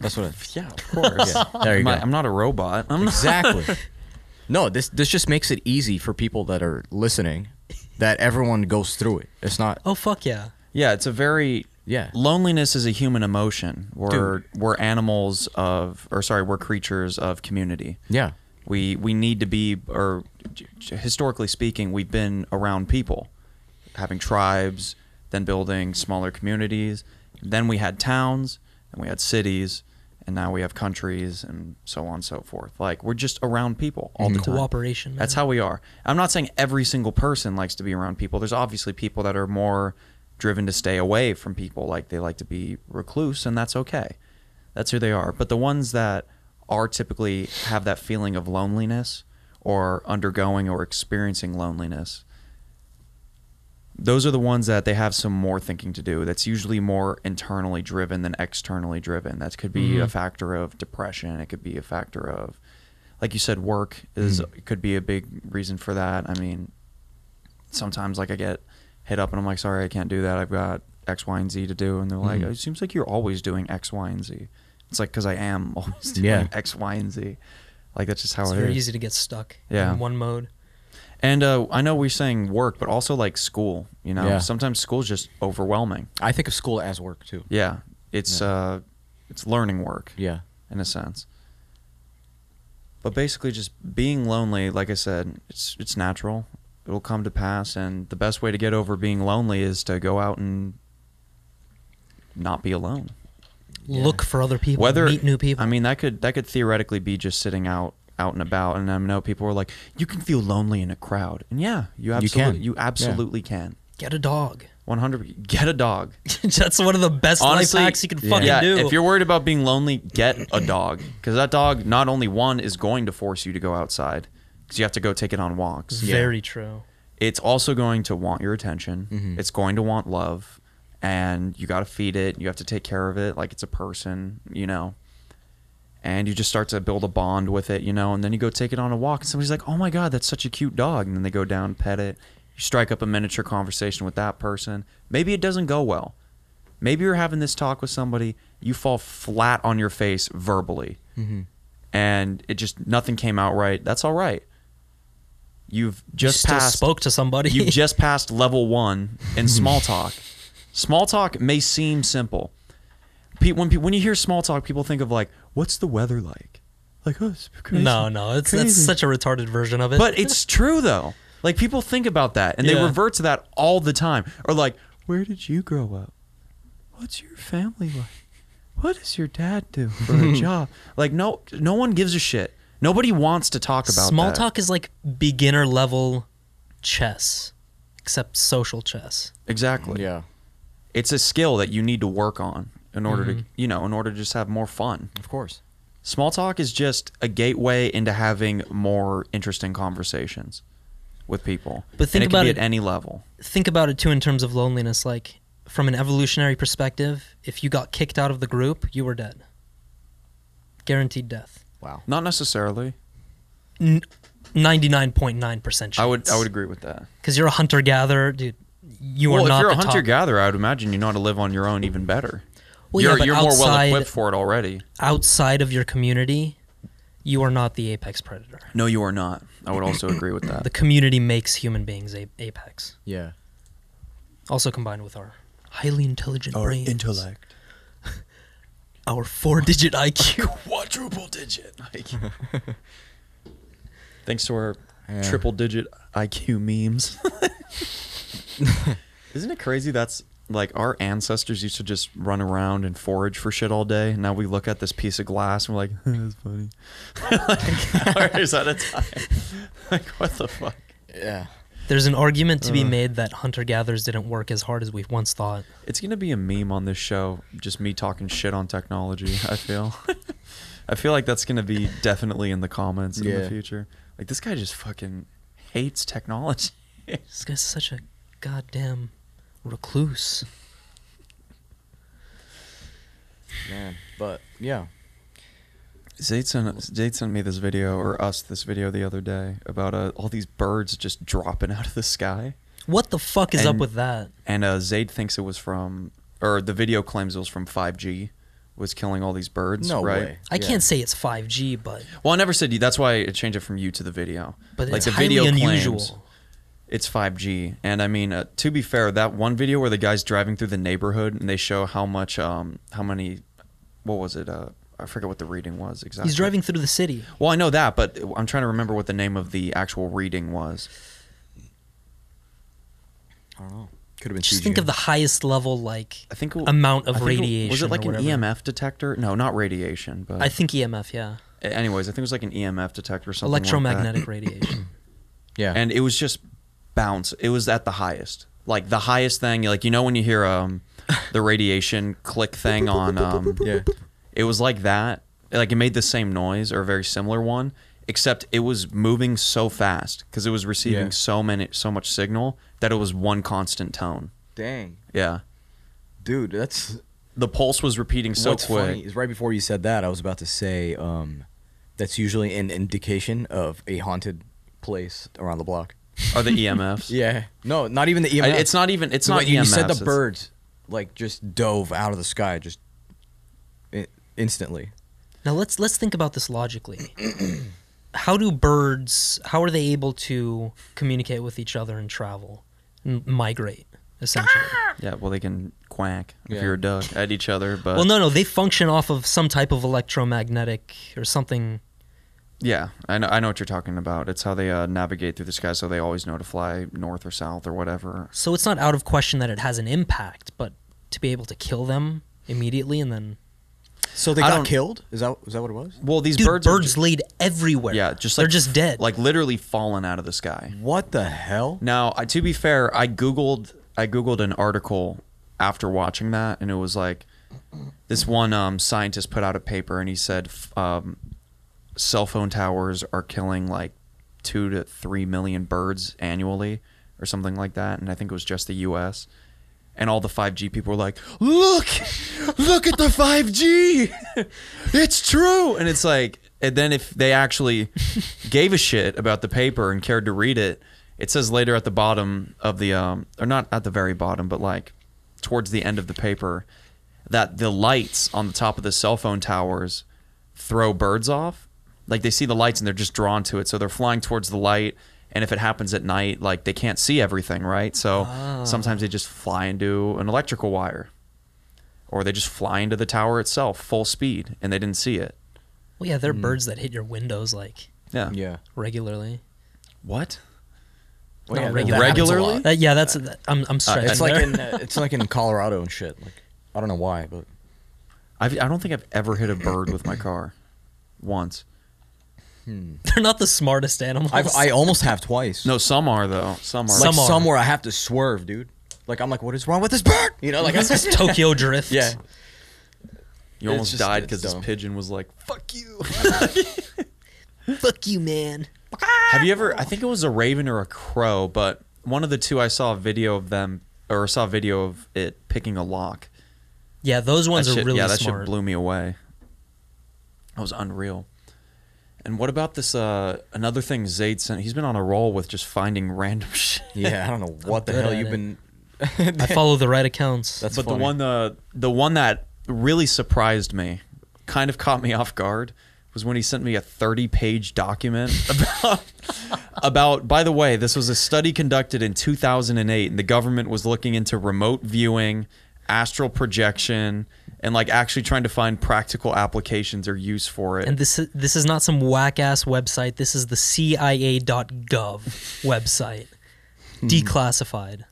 B: That's what. I,
C: Yeah, of course.
B: Yeah, there you
C: I'm,
B: go.
C: Not, I'm not a robot. I'm not-
B: *laughs* exactly. no, this this just makes it easy for people that are listening, that everyone goes through it. It's not.
A: Oh fuck yeah!
C: *laughs* yeah, it's a very
B: Yeah.
C: Loneliness is a human emotion. We're we're animals of, or sorry, we're creatures of community.
B: Yeah.
C: We we need to be, or j- j- historically speaking, we've been around people, having tribes, then building smaller communities. Then we had towns, and we had cities, and now we have countries, and so on and so forth. Like we're just around people all the time.
A: Cooperation.
C: That's
A: man.
C: how we are. I'm not saying every single person likes to be around people. There's obviously people that are more driven to stay away from people, like they like to be recluse, and that's okay. That's who they are. But the ones that are typically have that feeling of loneliness or undergoing or experiencing loneliness, those are the ones that they have some more thinking to do. That's usually more internally driven than externally driven. That could be a factor of depression. It could be a factor of, like you said, work is could be a big reason for that. I mean, sometimes like I get hit up and I'm like, sorry, I can't do that. I've got X, Y, and Z to do, and they're like, it seems like you're always doing X, Y, and Z. It's like because I am *laughs* always doing
B: Yeah.
C: X, Y, and Z. Like that's just how
A: It's
C: it
A: very
C: is.
A: easy to get stuck.
C: Yeah.
A: In one mode.
C: And uh, I know we're saying work, but also like school. You know,
B: Yeah.
C: sometimes school's just overwhelming.
B: I think of school as work too.
C: Yeah, it's uh, it's learning work
B: Yeah.
C: in a sense. But basically, just being lonely, like I said, it's it's natural. It'll come to pass, and the best way to get over being lonely is to go out and not be alone.
A: Look for other people.
C: Whether
A: meet new people.
C: I mean, that could that could theoretically be just sitting out out and about. And I know people are like, you can feel lonely in a crowd, and yeah, you
B: You
C: absolutely
B: can.
C: you
B: Yeah.
C: absolutely can.
A: get a dog. *laughs*
C: One hundred. Get a dog.
A: That's one of the best
C: Honestly,
A: life hacks you can fucking
C: yeah,
A: do.
C: If you're worried about being lonely, get a dog because that dog not only one is going to force you to go outside because you have to go take it on walks.
A: very true.
C: It's also going to want your attention.
A: Mm-hmm.
C: It's going to want love, and you got to feed it. You have to take care of it like it's a person, you know. And you just start to build a bond with it, you know. And then you go take it on a walk, and somebody's like, "Oh my god, that's such a cute dog!" And then they go down, pet it. You strike up a miniature conversation with that person. Maybe it doesn't go well. Maybe you're having this talk with somebody, you fall flat on your face verbally,
A: Mm-hmm.
C: and it just nothing came out right. That's all right. You've just
A: you still
C: passed.
A: spoke to somebody.
C: You've just passed level one
A: *laughs*
C: in small talk. small talk may seem simple. Pe- when, pe- when you hear small talk, people think of like, what's the weather like? Like, oh, it's crazy.
A: no, no, it's that's
C: Crazy.
A: such a retarded version of it. *laughs*
C: But it's true though. Like people think about that and they
A: Yeah.
C: revert to that all the time. Or like, where did you grow up? What's your family like? What does your dad do for
A: *laughs*
C: a job? Like no no one gives a shit. Nobody wants to talk about
A: small
C: that.
A: talk is like beginner level chess, except social chess.
C: Exactly.
B: Yeah.
C: It's a skill that you need to work on in order
A: Mm-hmm.
C: to, you know, in order to just have more fun.
B: Of course.
C: Small talk is just a gateway into having more interesting conversations with people.
A: But think
C: and it
A: about
C: can
A: it-
C: be at any level.
A: Think about it too in terms of loneliness. Like from an evolutionary perspective, if you got kicked out of the group, you were dead. Guaranteed death.
B: Wow.
C: Not necessarily.
A: Ninety-nine point nine percent chance.
C: I would I would agree with that.
A: because you're a hunter gatherer, dude. You
C: well,
A: are not
C: if you're a
A: the top-
C: hunter gatherer, I would imagine you know how to live on your own even better.
A: Well, yeah,
C: you're
A: but
C: you're more well
A: outside-
C: equipped for it already.
A: outside of your community. You are not the apex predator.
C: No, you are not. I
A: *clears throat*
C: would also agree with that.
A: The community makes human beings a- apex.
B: Yeah.
A: Also combined with our highly intelligent brains, *laughs* our four-digit IQ.
C: *laughs* quadruple digit. *laughs* Thanks to our
B: Yeah.
C: triple digit IQ memes. Isn't it crazy? That's like our ancestors used to just run around and forage for shit all day. Now we look at this piece of glass and we're like, *laughs* that's funny. like *laughs* hours at a time. like, what the fuck?
B: Yeah.
A: There's an argument to be
C: Uh.
A: made that hunter gatherers didn't work as hard as we once thought.
C: It's gonna be a meme on this show, just me talking shit on technology. I feel, *laughs* I feel like that's gonna be definitely in the comments in
B: Yeah.
C: the future. Like this guy just fucking hates technology. *laughs*
A: This guy's such a goddamn recluse.
B: Man. But yeah.
C: Zayd sent Zayd sent me this video or us this video the other day about uh, all these birds just dropping *laughs* out of the sky,
A: What the fuck is up
C: And-
A: with that?
C: and uh, Zayd thinks it was from, or the video claims it was from 5G, was killing all these birds.
B: No
C: right?
B: way.
A: I
B: Yeah.
A: can't say it's 5G, but
C: Well, I never said you. That's why I changed it from you to the video.
A: but
C: like
A: it's
C: the
A: highly
C: video
A: unusual.
C: claims it's 5G. And I mean, uh, to be fair, that one video where the guy's driving through the neighborhood and they show how much, um, how many, what was it? Uh, I forget what the reading was exactly.
A: He's driving through the city.
C: Well, I know that, but I'm trying to remember what the name of the actual reading was.
B: I don't know. Could have been.
A: Just think of the highest level, like
C: I think it-
A: amount
C: I
A: of
C: think it-
A: radiation.
C: Was it
A: or
C: like an
A: whatever.
C: EMF detector? No, not radiation, but
A: I think EMF, yeah,
C: anyways, I think it was like an EMF detector or something. like that.
A: electromagnetic radiation.
B: Yeah.
C: and it was just bounce. It was at the highest, like the highest thing. Like you know when you hear um the radiation
A: *laughs*
C: click thing on um
B: yeah.
C: it was like that. Like it made the same noise or a very similar one, except it was moving so fast because it was receiving
B: Yeah.
C: so many so much signal that it was one constant tone.
B: Dang,
C: Yeah,
B: dude. That's
C: the pulse was repeating so
B: What's
C: quick.
B: funny is right before you said that, I was about to say um, that's usually an indication of a haunted place around the block.
C: Are *laughs* the EMFs?
B: Yeah. No, not even the E EMF.
C: I- it's not even. It's not. E
B: But you said
C: EMFs,
B: the
C: it's-
B: birds like just dove out of the sky just i- instantly.
A: now let's let's think about this logically. *clears throat* how do birds? How are they able to communicate with each other and travel, and migrate? Essentially,
C: Yeah. Well, they can quack if
B: Yeah.
C: you're a duck at each other, but
A: well, no, no, they function off of some type of electromagnetic or something.
C: Yeah, I know, I know what you're talking about. It's how they uh, navigate through the sky, so they always know to fly north or south or whatever.
A: So it's not out of question that it has an impact, but to be able to kill them immediately and then
B: So they
C: I
B: got
C: don't-
B: killed? Is that is that what it was?
C: Well, these
A: dude, birds,
C: birds, are ju-
A: laid everywhere.
C: yeah, just like
A: they're just dead.
C: like literally fallen out of the sky.
B: What the hell?
C: Now, I, to be fair, I googled I googled an article after watching that, and it was like this one um, scientist put out a paper, and he said f- um, cell phone towers are killing like two to three million birds annually, or something like that. And I think it was just the U.S. And all the 5G people were like, "Look, look at the 5G! It's true!" And it's like, and then if they actually gave a shit about the paper and cared to read it, it says later at the bottom of the, um, or not at the very bottom, but like towards the end of the paper, that the lights on the top of the cell phone towers throw birds off. Like they see the lights and they're just drawn to it, so they're flying towards the light. And if it happens at night, like they can't see everything, right? So sometimes they just fly into an electrical wire, or they just fly into the tower itself full speed, and they didn't see it.
A: well, yeah, they're
C: Mm.
A: birds that hit your windows like
C: Yeah.
B: Yeah.
A: regularly.
C: What?
B: Well,
A: Not
B: yeah,
A: regular-
B: that happens a
C: Regularly? Uh,
B: lot.
A: That- Uh, yeah, that's that- I'm I'm stretching.
B: It's like
A: there.
B: in uh, it's like in Colorado and shit. Like I don't know why, but
C: I've, I don't think I've ever hit a bird with my car, once.
A: *laughs* they're not the smartest animals.
B: I've, I almost have twice.
C: No, some are though. Some are.
B: like
A: Some are.
B: somewhere I have to swerve, dude. Like I'm like, what is wrong with this bird?
A: *laughs*
B: You know, like I
A: It's
B: *laughs*
A: Tokyo Drift.
B: yeah.
C: you
B: it's
C: almost
B: just-
C: died
B: it's
C: because this
B: dumb.
C: pigeon was like, "Fuck you."
A: Fuck you, man.
C: Have you ever? I think it was a raven or a crow, but one of the two. I saw a video of them, or saw a video of it picking a lock.
A: Yeah, those ones
C: That
A: are
C: shit-
A: really
C: yeah, that
A: smart.
C: shit blew me away. That was unreal. And what about this? Uh, another thing Zayd sent. He's been on a roll with just finding *laughs* random shit.
B: Yeah, I don't know what the
A: good
B: hell
A: at
B: you've
A: it.
B: been. *laughs*
A: I follow the right accounts.
B: That's
C: but
B: funny.
C: the
B: *laughs*
C: one the the one that really surprised me, kind of caught me off guard, was when he sent me a 30-page document *laughs* about about by the way, this was a study conducted in 2008 and the government was looking into remote viewing, astral projection, and like actually trying to find practical applications or use for it.
A: and this is- this is not some whack ass website. This is the
C: Hmm.
A: CIA.gov website, declassified.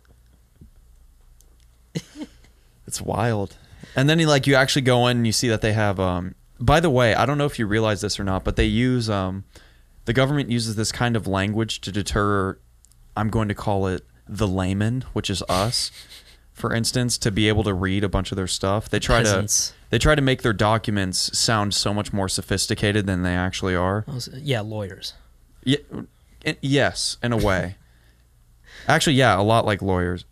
C: It's wild. And then you like you actually go in and you see that they have um by the way, I don't know if you realize this or not, but they use um the government uses this kind of language to deter I'm going to call it the layman, which is us, for instance, to be able to read a bunch of their stuff. They try
A: Peasants.
C: to they try to make their documents sound so much more sophisticated than they actually are.
A: I was- yeah, lawyers.
C: Yeah, i- yes, in a way. Actually, yeah, a lot like lawyers.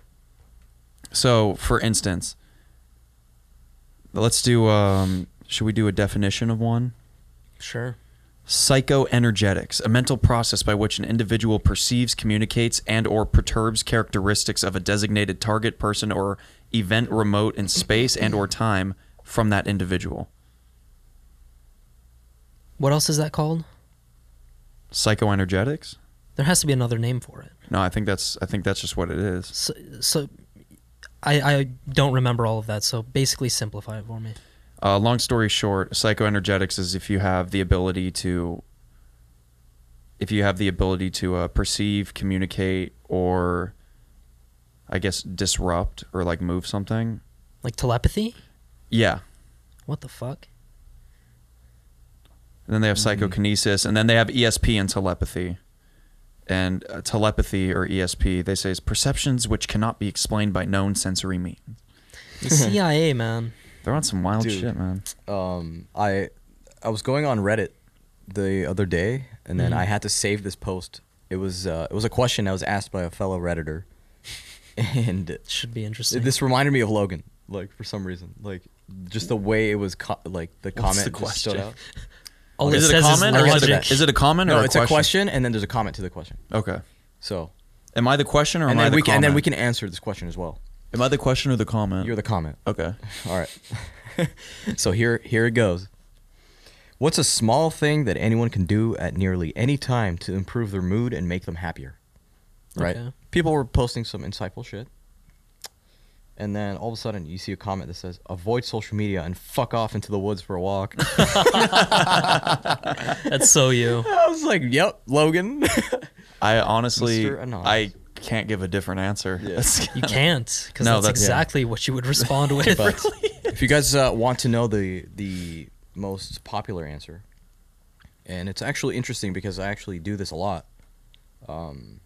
C: So, for instance, let's do. Um, should we do a definition of one?
A: Sure.
C: Psychoenergetics, a mental process by which an individual perceives, communicates, and or perturbs characteristics of a designated target person or event remote in space and or time from that individual.
A: What else is that called?
C: Psychoenergetics?
A: There has to be another name for it.
C: No, I think that's I think that's just what it is.
A: So, so I, I don't remember all of that. So basically, simplify it for me.
C: Uh, long story short, psychoenergetics is if you have the ability to, if you have the ability to uh, perceive, communicate, or I guess disrupt or like move something.
A: Like telepathy?
C: Yeah.
A: What the fuck?
C: And then they have
B: Mm-hmm.
C: psychokinesis, and then they have ESP and telepathy. And uh, telepathy or ESP, they say, is perceptions which cannot be explained by known sensory means. *laughs*
A: The CIA, man.
C: They're on some wild
F: Dude.
C: shit, man.
B: Um, I I was going on Reddit the other day, and then I had to save this post. It was uh, it was a question that was asked by a fellow redditor, *laughs* and
A: Should be interesting.
B: this reminded me of Logan. Like for some reason, like just the way it was, co- like the
C: What's
B: comment
C: the
B: just
C: question?
B: stood out.
A: all
C: is it a comment? Or is, it
A: logic.
C: a, is it a comment
B: No,
C: or a
B: it's
C: question?
B: a question, and then there's a comment to the question.
C: Okay.
B: So
C: Am I the question or am
B: and
C: I
B: then
C: the
B: we can,
C: comment?
B: and then we can answer this question as well.
C: Am I the question or the comment?
B: You're the comment.
C: Okay.
B: All right.
C: *laughs*
B: *laughs* so here here it goes. What's a small thing that anyone can do at nearly any time to improve their mood and make them happier? Right?
A: Okay.
B: People were posting some insightful shit. And then all of a sudden you see a comment that says, "Avoid social media and fuck off into the woods for
C: *laughs*
B: a walk."
A: That's so you.
B: I was like, "Yep, Logan." *laughs*
C: I honestly,
B: Mr. Anonymous.
C: I can't give a different answer. *laughs* That's-
A: You can't, because
C: No,
A: that's,
C: that's-
A: exactly what you would
C: *laughs*
A: respond with.
B: But if you guys uh, want to know the the most popular answer, and it's actually interesting because I actually do this a lot. Um,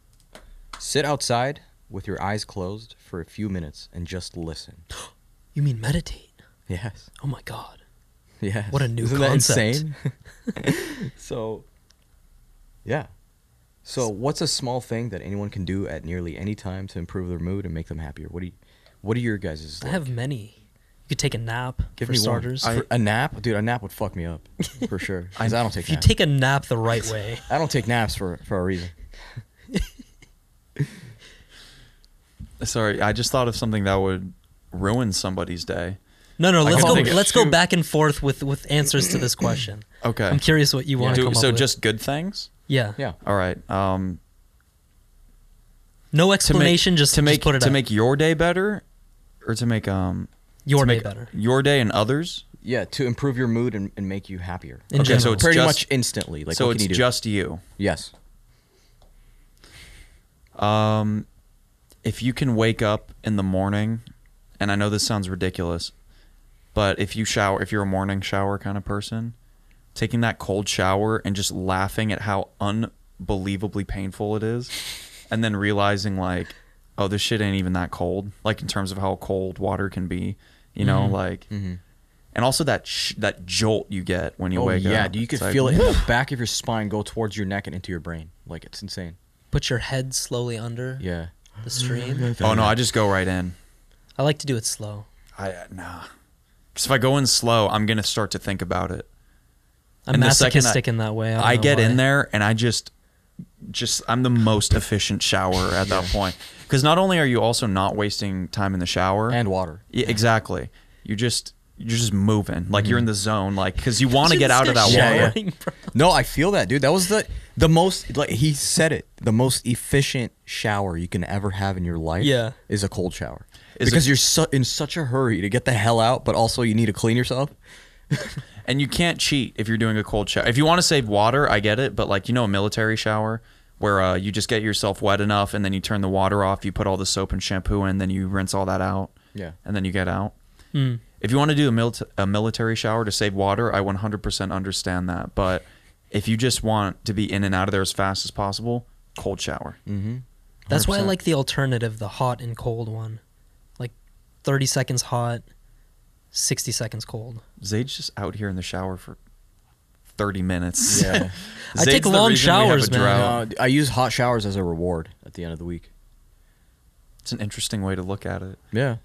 B: sit outside with your eyes closed for a few minutes and just listen. *laughs*
A: you mean meditate?
B: Yes.
A: Oh my god.
B: Yes.
A: What a new
B: Isn't
A: concept.
B: That insane?
A: *laughs*
B: *laughs* so, yeah. So, what's a small thing that anyone can do at nearly any time to improve their mood and make them happier? What do you, what are your guys'
A: I have many. You could take a nap
B: Give
A: for
B: me
A: starters.
B: One. For a nap, dude. A nap would fuck me up *laughs* for sure. 'Cause I don't take
A: if you
B: naps.
A: take a nap the right way,
B: I don't take naps for for a reason.
C: Sorry, I just thought of something that would ruin somebody's day.
A: no, no.
C: I
A: Let's
C: can
A: go.
C: think of-
A: Let's go back and forth with with answers
C: *clears throat*
A: to this question.
C: Okay.
A: I'm curious what you want to
C: Do-
A: come
C: so
A: up with.
C: just good things.
A: yeah,
B: Yeah.
C: All right. Um,
A: No
C: to make-
A: explanation. just
C: to
A: just
C: make
A: put it
C: to
A: out.
C: make your day better, or to make um
A: your
C: to
A: day
C: make
A: better.
C: your day and others.
B: Yeah, to improve your mood and, and make you happier.
A: In
C: okay, so
A: general.
C: it's
B: Pretty
C: just
B: much instantly. Like
C: so
B: what can
C: it's
B: you do?
C: just you.
B: yes.
C: Um, if you can wake up in the morning, and I know this sounds ridiculous, but if you shower, if you're a morning shower kind of person, taking that cold shower and just laughing at how unbelievably painful it is, and then realizing like, oh, this shit ain't even that cold. Like in terms of how cold water can be, you know,
B: Mm-hmm.
C: like, and also that sh- that jolt you get when you
B: Oh
C: wake up.
B: yeah, dude. You
C: It's
B: can
C: like,
B: feel it in the back of your spine go towards your neck and into your brain. Like it's insane.
A: Put your head slowly under
B: Yeah.
A: the stream.
C: Oh no, I just go right in.
A: I like to do it slow.
C: I uh, nah. Because if I go in slow, I'm gonna start to think about it.
A: I'm
C: And the second I-
A: masochistic in that way. I, don't
C: I
A: know
C: get
A: why.
C: in there and I just, just I'm the most efficient shower at that point. Because not only are you also not wasting time in the shower,
B: And water.
C: Yeah, exactly, you just you're just moving like you're in the zone, like because
A: *laughs*
C: you want to get out of that
A: Just
C: water.
B: yeah.
A: showering, bro.
B: No, I feel that, dude. That was the the most like he said it. The most efficient shower you can ever have in your life.
A: Yeah.
B: Is a cold shower.
C: Is
B: because
C: it-
B: you're su- in such a hurry to get the hell out, but also you need to clean yourself.
C: And you can't cheat if you're doing a cold shower. If you want to save water, I get it, but like you know a military shower where uh, you just get yourself wet enough and then you turn the water off, you put all the soap and shampoo in, then you rinse all that out.
B: Yeah.
C: And then you get out.
A: Hmm.
C: If you want to do a, mil- a military shower to save water, I 100% understand that. But if you just want to be in and out of there as fast as possible, cold shower.
A: That's why I
G: 100%.
A: like the alternative, the hot and cold one. Like 30 seconds hot, 60 seconds cold.
C: Zade's just out here in the shower for 30 minutes.
B: *laughs*
C: *laughs*
B: Yeah.
A: I take
C: Zade's the
A: long
C: reason we have a
A: showers, man.
C: drought.
B: Uh, I use hot showers as a reward at the end of the week.
C: It's an interesting way to look at
B: *laughs*
C: it.
B: Yeah.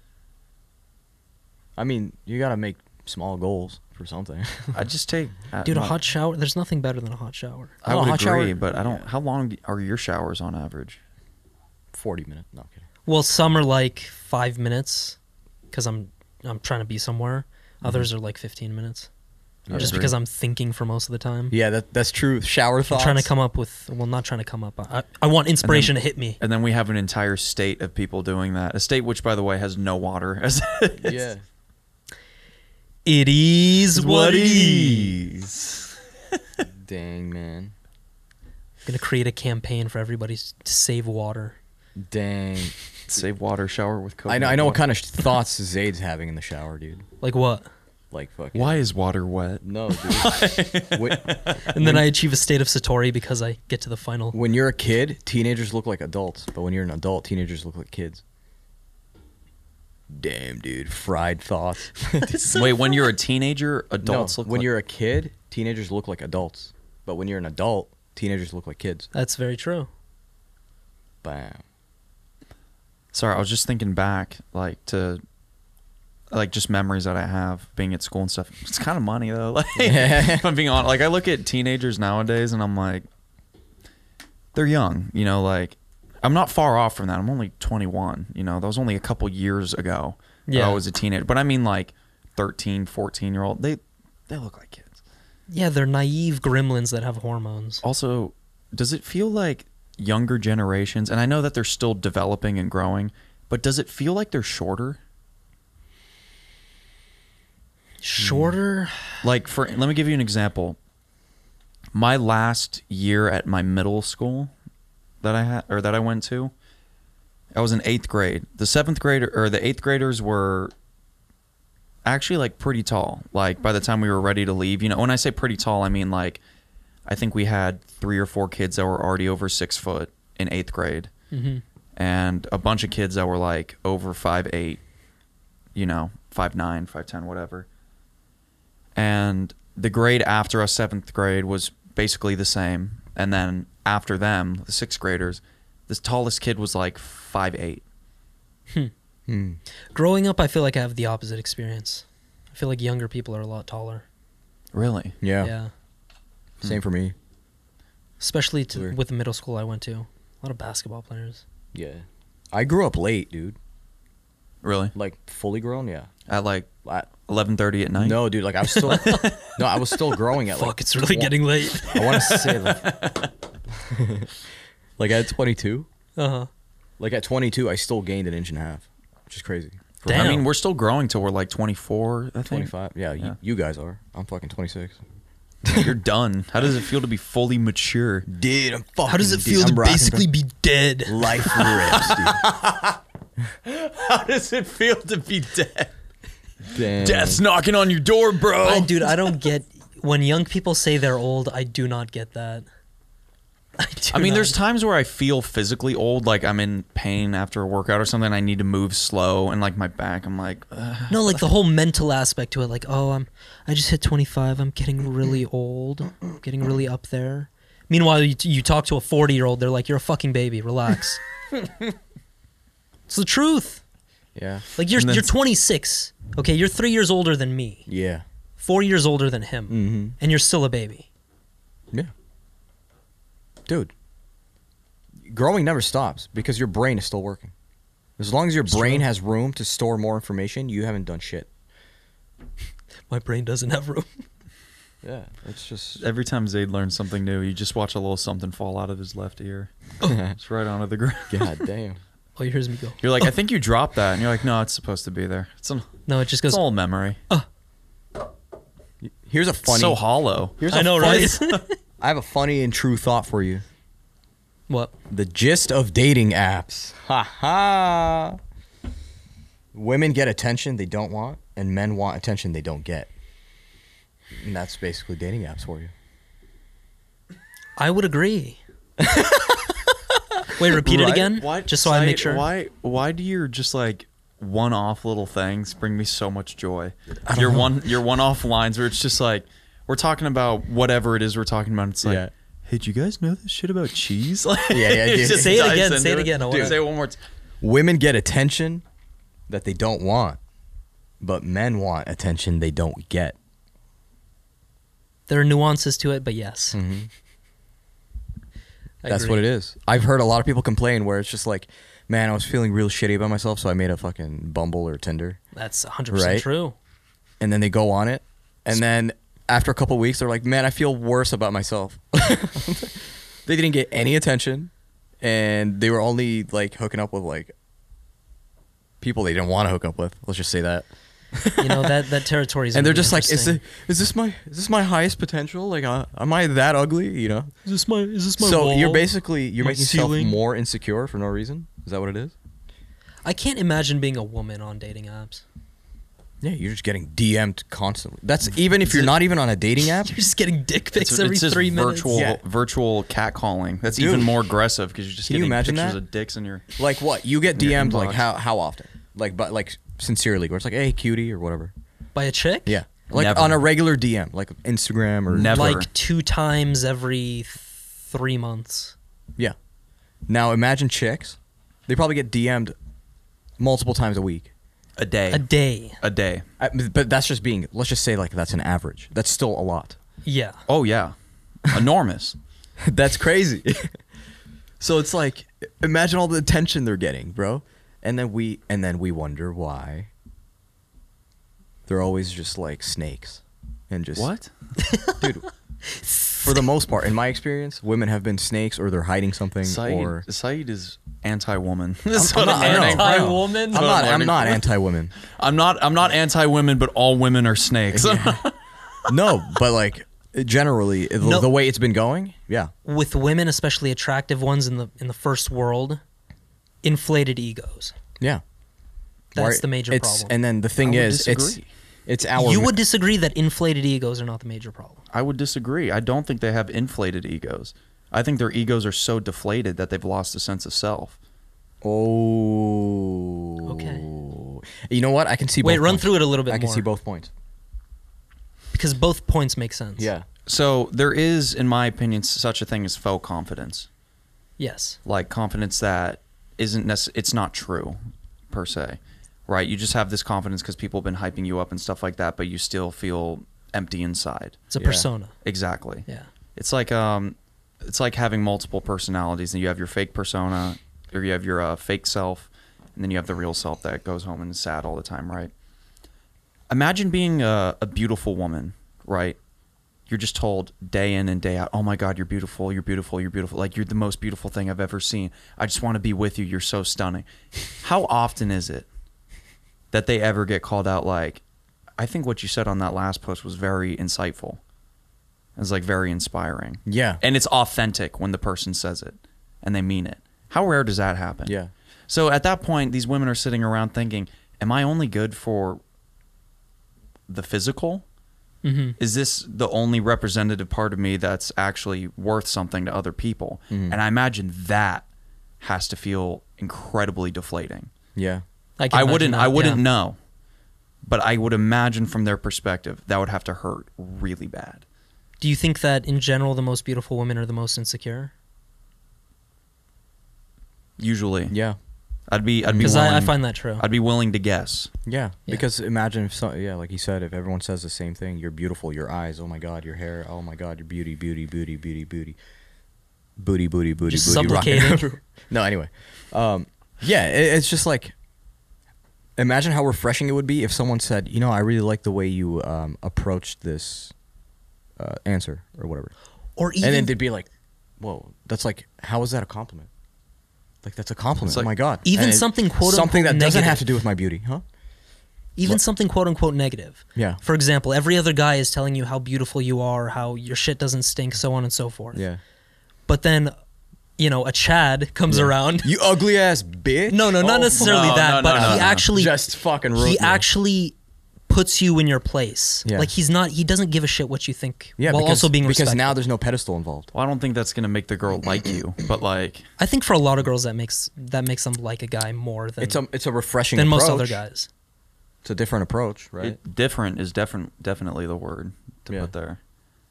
B: I mean, you gotta make small goals for something. *laughs*
C: I just take I-
A: Dude, a
C: my-
A: hot shower, there's nothing better than a hot shower.
C: I
B: No,
C: would
B: hot shower-
C: agree, but I don't. How long are your showers on average?
B: Forty minutes. No I'm kidding.
A: Well, some are like 5 minutes cuz I'm I'm trying to be somewhere. Others are like 15 minutes.
C: I
A: just
C: agree.
A: because I'm thinking for most of the time.
B: Yeah, that that's true. Shower
A: I'm
B: thoughts.
A: trying to
B: *laughs*
A: come up with well, not trying to come up. I, I want inspiration to hit me.
C: And then we have an entire state of people doing that. A state which, by the way, has no water. *laughs* As
A: *laughs*
B: Yeah.
A: It is what it is. *laughs*
B: Dang man.
A: Gonna create a campaign for everybody s- to save water.
B: *laughs* Dang.
C: Save water, shower with coconut.
B: I know. I know what
C: water.
B: kind of sh- thoughts Zade's having in the shower, dude.
A: Like what?
B: Like fucking.
C: Why is water wet?
B: No, dude.
A: *laughs*
B: when,
A: And then I achieve a state of satori because I get to the final.
B: when you're a kid, teenagers look like adults, but when you're an adult, teenagers look like kids. Damn, dude. Fried *laughs* thoughts.
C: Wait, when you're a
B: *laughs*
C: teenager, adults
B: no,
C: look
B: when
C: like-
B: you're a kid, teenagers look like adults, but when you're an adult, teenagers look like kids.
A: That's very true.
B: Bam.
C: Sorry, I was just thinking back, like to, like just memories that I have being at school and stuff. It's kind of money though. *laughs* Like, if I'm being honest, like I look at teenagers nowadays and I'm like, they're young, you know. Like, I'm not far off from that. I'm only 21. You know, that was only a couple years ago. that
A: Yeah.
C: I was a teenager, but I mean like 13, 14 year old. They, they look like kids.
A: Yeah, they're naive gremlins that have hormones.
B: Oh,
C: Also, does it feel like younger generations, and I know that they're still developing and growing, but does it feel like they're shorter?
B: hmm.
A: Shorter.
C: Like for let me give you an example. My last year at my middle school that I had or that I went to, I was in 8th grade. The 7th grader or the 8th graders were actually like pretty tall. Like by the time we were ready to leave, you know, when I say pretty tall, I mean like I think we had 3 or 4 kids that were already over 6 foot in 8th grade
A: Mm-hmm.
C: and a bunch of kids that were like over five eight, you know, five nine, five ten, whatever. And the grade after us, seventh grade, was basically the same. And then after them, the sixth graders, this tallest kid was like five eight.
A: Growing up, I feel like I have the opposite experience. I feel like younger people are a lot taller.
C: Really?
B: Yeah.
A: yeah.
B: Same for me.
A: Especially to,
B: Weird.
A: with the middle school I went to. A lot of basketball players.
B: Yeah. I grew up late, dude.
C: Really?
B: Like fully grown. Yeah.
C: At like
B: I,
C: eleven thirty at night?
B: no, dude. Like I was *laughs* still. no, I was still growing at.
A: Fuck,
B: like,
A: it's really
B: twen-
A: getting late.
B: I want to say like, *laughs* like at 22.
A: Uh huh.
B: Like at 22, I still gained an inch and a half, which is crazy. For
A: Damn.
C: I mean, we're still growing till we're like twenty four. I think.
B: 25. Yeah,
C: Yeah.
B: You, you guys are. I'm fucking 26.
C: *laughs* You're done. How does it feel to be fully mature?
B: Dude, I'm fucking.
A: How does it feel to basically be dead?
B: life rips, dude.
C: *laughs* How does it feel to be dead?
B: *laughs* Damn.
C: Death's knocking on your door, bro.
A: I, dude, I don't get when young people say they're old. I do not get that. *laughs* I, do
C: I mean,
A: not-
C: there's times where I feel physically old, like I'm in pain after a workout or something. I need to move slow, and like my back, I'm like, Ugh.
A: no like the whole mental aspect to it. Like, oh, I'm I just hit 25. I'm getting really old. I'm getting really up there. Meanwhile, you, you talk to a 40 year old. They're like, you're a fucking baby. Relax. it's the truth.
B: Yeah.
A: Like you're
C: And then-
A: you're 26. Okay, you're three years older than me.
B: Yeah.
A: Four years older than him,
C: Mm-hmm.
B: Mhm.
A: and you're still a baby.
B: Yeah. Dude, growing never stops because your brain is still working. As long as your brain has room to store more information, you haven't done shit.
A: My brain doesn't have room.
B: Yeah, it's just *laughs*
C: every time Zayd learns something new, you just watch a little something fall out of his left ear. it's right onto the ground. *laughs*
B: god damn.
A: All Oh, you hear is me go.
C: You're like, I think you dropped that, and you're like, no, it's supposed to be there. It's an,
A: No, it just
C: it's
A: goes.
C: an old memory.
B: Here's a
C: It's
B: funny.
C: so hollow.
B: here's
A: I
B: a
A: know,
B: funny-
A: right?
C: *laughs*
B: I have a funny and true thought for you.
A: What?
B: The gist of dating apps. Ha ha. Women get attention they don't want, and men want attention they don't get. And that's basically dating apps for you.
A: I would
C: *laughs*
A: agree. Wait, repeat it
C: Right?
A: again,
C: Why-
A: just so I make
C: Saeed,
A: sure.
C: Why? Why do your just like one-off little things bring me so much joy? Your one, your one-off lines where it's just like we're talking about whatever it is we're talking about. It's like,
B: Yeah.
C: hey, do you guys know this shit about cheese? *laughs* Like,
B: Yeah, yeah,
C: it
B: dude.
C: just
A: Say it
C: dives
A: again,
C: into
A: say it again, I wanna-
C: Say it one more time.
B: Women get attention that they don't want, but men want attention they don't get.
A: There are nuances to it, but yes. I
B: That's
A: agree.
B: what it is. I've heard a lot of people complain where it's just like, man, I was feeling real shitty about myself, so I made a fucking Bumble or Tinder.
A: That's 100%
B: Right?
A: true.
B: And then they go on it. And then after a couple weeks, they're like, man, I feel worse about myself. *laughs* they didn't get any attention. And they were only like hooking up with like people they didn't want to hook up with. Let's just say that.
A: You know that that territory is.
B: *laughs* and they're
A: gonna be
B: just like, is
A: interesting.
B: this, is this my is this my highest potential? Like, uh, am I that ugly? You know.
A: Is this my? Is this my?
B: so you're
A: wall?
B: basically you're
A: My
B: making
A: ceiling?
B: yourself more insecure for no reason. Is that what it is?
A: I can't imagine being a woman on dating apps.
B: Yeah, you're just getting DM'd constantly. That's even if you're not even on a
A: *laughs*
B: dating app.
A: You're just getting dick pics
C: It's,
A: every
C: it's just
A: three minutes.
C: virtual,
B: Yeah.
C: virtual catcalling. That's
B: Dude.
C: even more aggressive because you're just
B: Can you
C: getting
B: imagine
C: pictures
B: that?
C: of dicks in your.
B: Like what? You get
C: In your
B: DM'd like
C: inbox.
B: how how often? Like but like sincerely, where it's like, hey, cutie or whatever.
A: by a chick.
B: Yeah, like
C: Never.
B: on a regular DM, like Instagram or
C: Never.
A: like two times every th- three months.
B: Yeah. Now imagine chicks. They probably get DM'd multiple times a week.
C: A day.
A: A day.
C: A day.
B: I- but that's just being. Let's just say like that's an average. That's still a lot. *laughs*
A: Yeah.
C: Oh
A: *laughs*
C: yeah. Enormous.
B: That's crazy. *laughs* so it's like imagine all the attention they're getting, bro. And then we and then we wonder why. They're always just like snakes and just
C: What?
B: Dude. For the most part, in my experience, women have been snakes or they're hiding something
C: Saeed,
B: or
C: Saeed is anti-woman. *laughs* That's what
B: not- I
C: I'm
B: know.
C: learning.
B: I know.
A: Anti-woman?
B: I'm
C: That's what
B: not I'm
C: learning.
B: not anti women.
C: I'm not I'm not anti women, but all women are snakes. *laughs*
B: No, but like generally the,
A: No.
B: the way it's been going, yeah.
A: With women, especially attractive ones in the in the first world, inflated egos.
B: Yeah.
A: That's
B: Why-
A: the major
B: it's-
A: problem.
B: And then the thing
C: I would
B: is it's
C: disagree.
B: it's our
A: you would disagree that inflated egos are not the major problem.
C: I would disagree. I don't think they have inflated egos. I think their egos are so deflated that they've lost a sense of self.
B: Oh. You know what? I can see.
A: Wait,
B: both
A: run
B: points.
A: through it a little bit
B: I can
A: more.
B: see both points.
A: Because both points make sense.
C: So there is, in my opinion, such a thing as faux confidence,
A: Yes.
C: like confidence that isn't necess- It's not true, per se, right? You just have this confidence because people have been hyping you up and stuff like that, but you still feel empty inside.
A: It's a
B: Yeah.
A: persona.
C: Exactly.
A: Yeah.
C: It's like um, it's like having multiple personalities, and you have your fake persona, or you have your uh, fake self, and then you have the real self that goes home and is sad all the time, right? Imagine being a, a beautiful woman, right? You're just told day in and day out, "Oh my God, you're beautiful, you're beautiful, you're beautiful. Like you're the most beautiful thing I've ever seen. I just want to be with you. You're so stunning." How often is it that they ever get called out? Like, I think what you said on that last post was very insightful. It was like very inspiring.
B: Yeah.
C: And it's authentic when the person says it and they mean it. How rare does that happen?
B: Yeah.
C: So at that point, these women are sitting around thinking, am I only good for the physical?
A: Mm-hmm.
C: Is this the only representative part of me that's actually worth something to other people?
A: Mm.
B: Mm-hmm.
C: And I imagine that has to feel incredibly deflating.
B: Yeah.
A: can
C: I
A: imagine
C: wouldn't
A: that,
C: I wouldn't
A: yeah.
C: know. But I would imagine from their perspective that would have to hurt really bad.
A: Do you think that in general the most beautiful women are the most insecure?
C: Usually.
B: Yeah.
C: I'd be I'd be
A: Because I, I
C: willing-
A: find that true.
C: I'd be willing to guess.
B: Yeah.
A: Yeah.
B: Because imagine if some, yeah, like you said, if everyone says the same thing, you're beautiful, your eyes, oh my god, your hair, oh my god, your beauty, beauty, beauty, beauty, beauty, booty, booty, booty,
A: Just
B: booty, rock *laughs* and
A: supplicating.
B: roll. no, anyway, um, yeah, it, it's just like. Imagine how refreshing it would be if someone said, "You know, I really like the way you um, approached this uh, answer or whatever."
A: or even
B: and then they'd be like, "Whoa, that's like, how is that a compliment? Like, that's a compliment.
C: It's like-
B: oh my god!
A: even
B: And
A: something, quote,
B: something that
A: unquote,
B: doesn't have
A: negative.
B: to do with my beauty, huh?
A: even something quote unquote negative.
B: Yeah.
A: For example, every other guy is telling you how beautiful you are, how your shit doesn't stink, so on and so forth. But then, you know, a Chad comes
B: *laughs*
A: around.
B: you ugly ass bitch.
A: No, no, not
B: Oh,
A: necessarily
C: no,
A: that,
C: no,
A: but
C: no,
A: he
C: no, no.
A: actually
B: Just fucking ruined
A: he
B: me.
A: actually puts you in your place.
B: Yeah.
A: Like he's not he doesn't give a shit what you think
B: Yeah,
A: while
B: because,
A: also being
B: because
A: respectful.
B: now there's no pedestal involved.
C: Well, I don't think that's gonna make the girl like
B: *clears throat*
C: you, but like
A: I think for a lot of girls that makes that makes them like a guy more than
B: It's a it's a refreshing
A: than most
B: approach.
A: other guys.
B: It's a different approach, right?
C: it, different is definite definitely the word to
B: Yeah.
C: put there.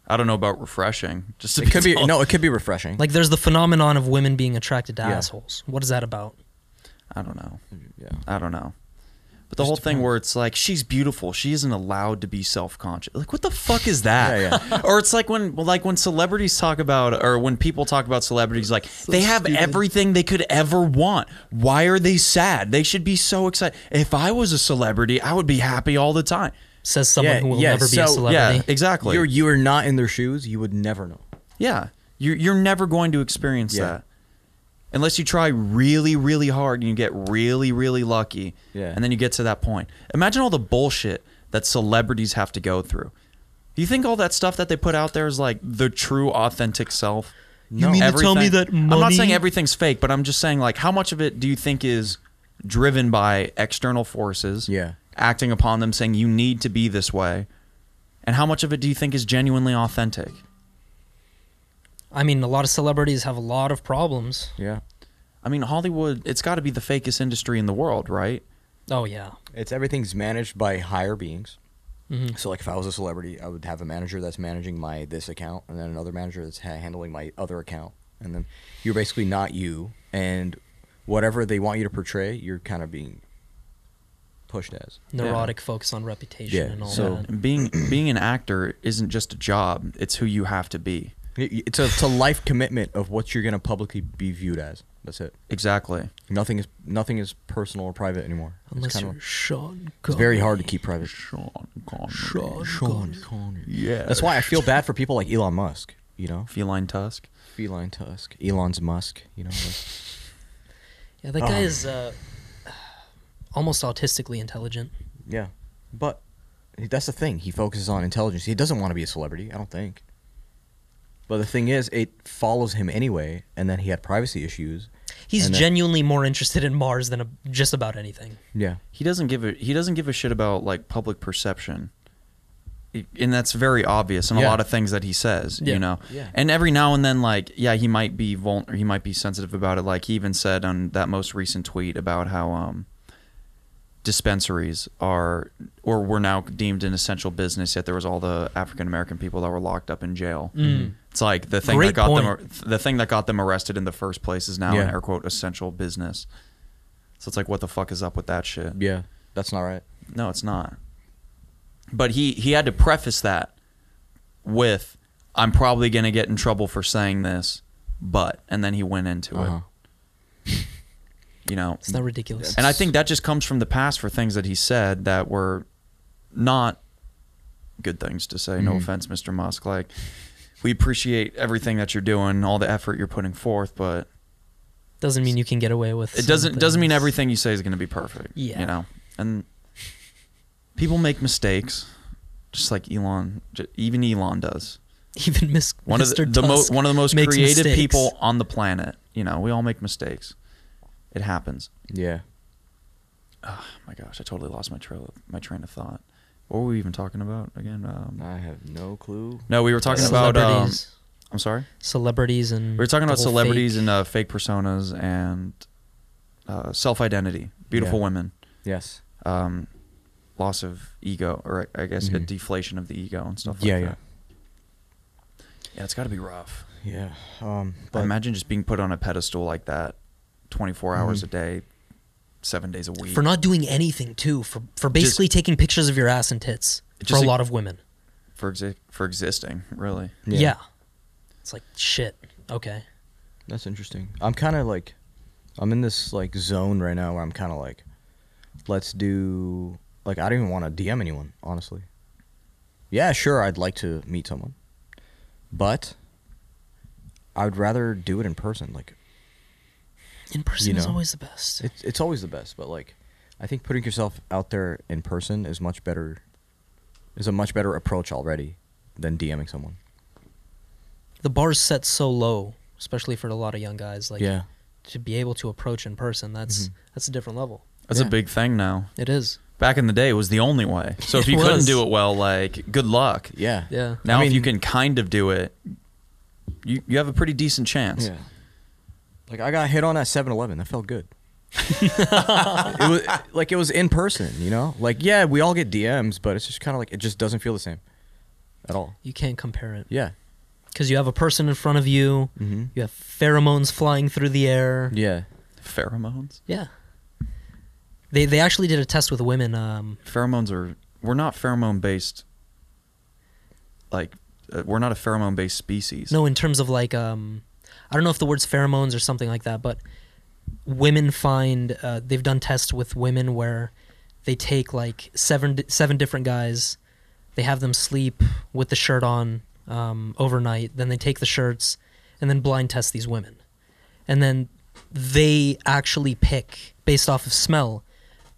C: I don't know about refreshing. Just to
B: It *laughs* could be
C: told.
B: no, it could be refreshing.
A: Like there's the phenomenon of women being attracted to
B: Yeah.
A: assholes. What is that about?
C: I don't know.
B: yeah,
C: I don't know. But the whole thing where it's like she's beautiful, she isn't allowed to be self-conscious. Like what the fuck is that?
B: Yeah,
C: *laughs* or it's like when like when celebrities talk about or when people talk about celebrities like they have everything they could ever want. Why are they sad? They should be so excited. If I was a celebrity, I would be happy all the time.
A: Says someone
B: Yeah,
A: who will
B: yeah,
A: never be a
B: so-
A: celebrity.
C: Yeah, exactly.
B: you're you are not in their shoes. You would never know.
C: Yeah. You're, you're never going to experience
B: Yeah.
C: that. Unless you try really, really hard and you get really, really lucky.
B: Yeah.
C: And then you get to that point. Imagine all the bullshit that celebrities have to go through. Do you think all that stuff that they put out there is like the true, authentic self?
B: You mean
A: to tell me that
C: I'm not
A: money-
C: saying everything's fake, but I'm just saying like how much of it do you think is driven by external forces?
B: Yeah.
C: Acting upon them saying you need to be this way. And how much of it do you think is genuinely authentic?
A: I mean, a lot of celebrities have a lot of problems.
B: Yeah,
C: I mean, Hollywood, it's got to be the fakest industry in the world, right?
A: Oh yeah.
B: it's everything's managed by higher beings.
A: Mhm.
B: So like if I was a celebrity, I would have a manager that's managing my this account, and then another manager that's ha- handling my other account, and then you're basically not you, and whatever they want you to portray, you're kind of being pushed as.
A: Neurotic focus on reputation
B: Oh, Yeah,
A: and all
B: so-
A: that.
C: And
B: *clears throat*
C: being being an actor isn't just a job; it's who you have to be.
B: It- It's a, it's a life commitment of what you're gonna publicly be viewed as. That's it.
C: Exactly.
B: Nothing is nothing is personal or private anymore.
A: Unless
B: it's,
A: you're
B: kinda-
A: Sean
B: it's very hard to keep private.
C: Sean Connery.
A: Sean Connery.
C: Yeah.
B: That's why I feel bad for people like Elon Musk. You know,
C: feline tusk.
B: feline tusk, Elon's Musk. You know, like-
A: Yeah, that
B: Ah.
A: guy is uh, *sighs* almost autistically intelligent.
B: yeah. But that's the thing. He focuses on intelligence. He doesn't want to be a celebrity. I don't think. But the thing is, it follows him anyway, and then he had privacy issues.
A: He's
B: And, uh,
A: genuinely more interested in Mars than a, just about anything.
B: Yeah.
C: He doesn't give a he doesn't give a shit about like public perception. It- And that's very obvious in a
B: Yeah.
C: lot of things that he says,
A: Yeah.
C: you know.
B: Yeah.
C: And every now and then, like, yeah, he might be vul- or he might be sensitive about it. Like he even said on that most recent tweet about how um, dispensaries are or were now deemed an essential business. Yet there was all the African American people that were locked up in jail. It's like the thing
A: Mm. Great
C: that got them
A: point.
C: the thing that got them arrested in the first place is now an
B: Yeah.
C: air quote essential business. So it's like, what the fuck is up with that shit?
B: Yeah. That's not right.
C: No, it's not. But he he had to preface that with I'm probably going to get in trouble for saying this, but and then he went into
B: Uh-huh.
C: it, you know.
A: It's not ridiculous.
C: And I think that just comes from the past for things that he said that were not good things to say. No offense, Mr. Musk. Like we appreciate everything that you're doing, all the effort you're putting forth, but
A: doesn't mean you can get away with.
C: it
A: some
C: doesn't doesn't mean
A: things.
C: everything you say is going to be perfect.
A: Yeah.
C: you know, and people make mistakes, just like Elon, j- even Elon does.
A: Even Miss
C: One
A: Mr.
C: of the, the most
A: Tusk
C: one of the most
A: makes
C: creative
A: mistakes.
C: people on the planet. You know, we all make mistakes. It happens.
B: Yeah.
C: Oh my gosh, I totally lost my trail of, my train of thought. What were we even talking about again? Um,
B: I have no clue.
C: no, we were talking about. Um,
A: Celebrities.
C: I'm sorry.
A: celebrities and
C: We were talking
A: the
C: about
A: whole
C: celebrities
A: fake-
C: and uh, fake personas and uh, self identity. Beautiful
B: Yeah.
C: women.
B: Yes.
C: um, loss of ego, or I I guess a
B: Mhm.
C: deflation of the ego and stuff like
B: Yeah,
C: that.
B: yeah.
C: Yeah, it's got to be rough.
B: Yeah. Um,
C: But
B: but
C: imagine just being put on a pedestal like that 24 hours
B: Mm-hmm.
C: a day, seven days a week.
A: for not doing anything too for for basically taking pictures of your ass and tits for a
C: Just-
A: lot of women.
C: for, exi- for existing, really.
A: Yeah.
B: Yeah.
A: It's like shit. Okay.
B: That's interesting. I'm kind of like, I'm in this like zone right now where I'm kind of like, let's do like I don't even want to DM anyone honestly. Yeah, sure, I'd like to meet someone, but I would rather do it in person. Like
A: In person
B: You
A: is
B: know.
A: always the best.
B: it's it's always the best, but like I think putting yourself out there in person is much better. Is a much better approach already than DMing someone.
A: the bar's set so low, especially for a lot of young guys. Like
C: Mm-hmm.
A: to be able to approach in person, that's that's a different level.
C: That's
B: Yeah.
C: a big thing now.
A: It is.
C: back in the day was the only
B: *laughs*
C: way. So if
A: It
C: you
A: was.
C: couldn't do it well, like good luck.
B: Yeah.
A: Yeah.
C: Now
B: I
C: if you
B: mean-
C: can kind of do it, you you have a pretty decent chance.
B: Yeah. Like I got hit on at 7-Eleven. That felt good. it was like it was in person, you know? Like yeah, we all get DMs, but it's just kind of like it just doesn't feel the same at all.
A: You can't compare it
B: Yeah.
A: because you have a person in front of you.
B: Mhm.
A: You have pheromones flying through the air.
B: Yeah.
C: Pheromones.
A: Yeah. They they actually did a test with women. Um,
C: Pheromones are we're not pheromone based. Like uh, we're not a pheromone based species.
A: no, in terms of like um, I don't know if the word's pheromones or something like that, but women find uh, they've done tests with women where they take like seven di- seven different guys, they have them sleep with the shirt on um, overnight, then they take the shirts and then blind test these women, and then they actually pick based off of smell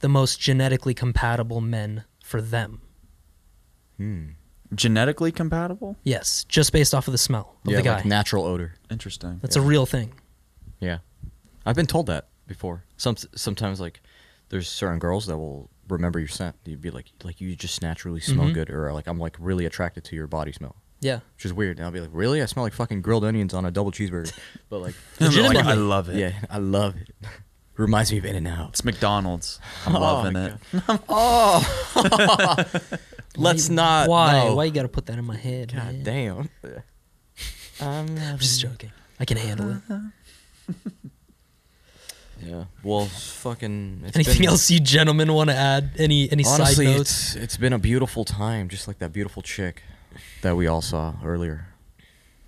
A: the most genetically compatible men for them.
B: Hmm.
C: Genetically compatible.
A: Yes, just based off of the smell of
B: yeah,
A: the guy.
B: like natural odor.
C: Interesting. *laughs*
A: That's a real thing.
B: Yeah. I've been told that before. Some sometimes like there's certain girls that will remember your scent. You'd be like like you just naturally smell
A: Mhm.
B: good or like I'm like really attracted to your body smell.
A: Yeah.
B: Which is weird. And I'll be like, "Really? I smell like fucking grilled onions on a double cheeseburger." But like
C: And they're like,
A: Legitimately.
C: I love it.
B: Yeah, I love it. *laughs* Reminds me of In and Out.
C: It's McDonald's. I'm
A: *laughs*
B: Oh,
C: loving
B: my
C: it.
B: Let's not.
A: Why?
B: no.
A: Why you gotta put that in my head? man?
B: God damn. *laughs* I'm
A: I'm just joking. I can handle it.
B: Yeah. Well, fucking. it's
A: Anything
B: been-
A: else you gentlemen want to add? Any any
B: Honestly,
A: side notes?
B: it's it's been a beautiful time, just like that beautiful chick that we all saw earlier.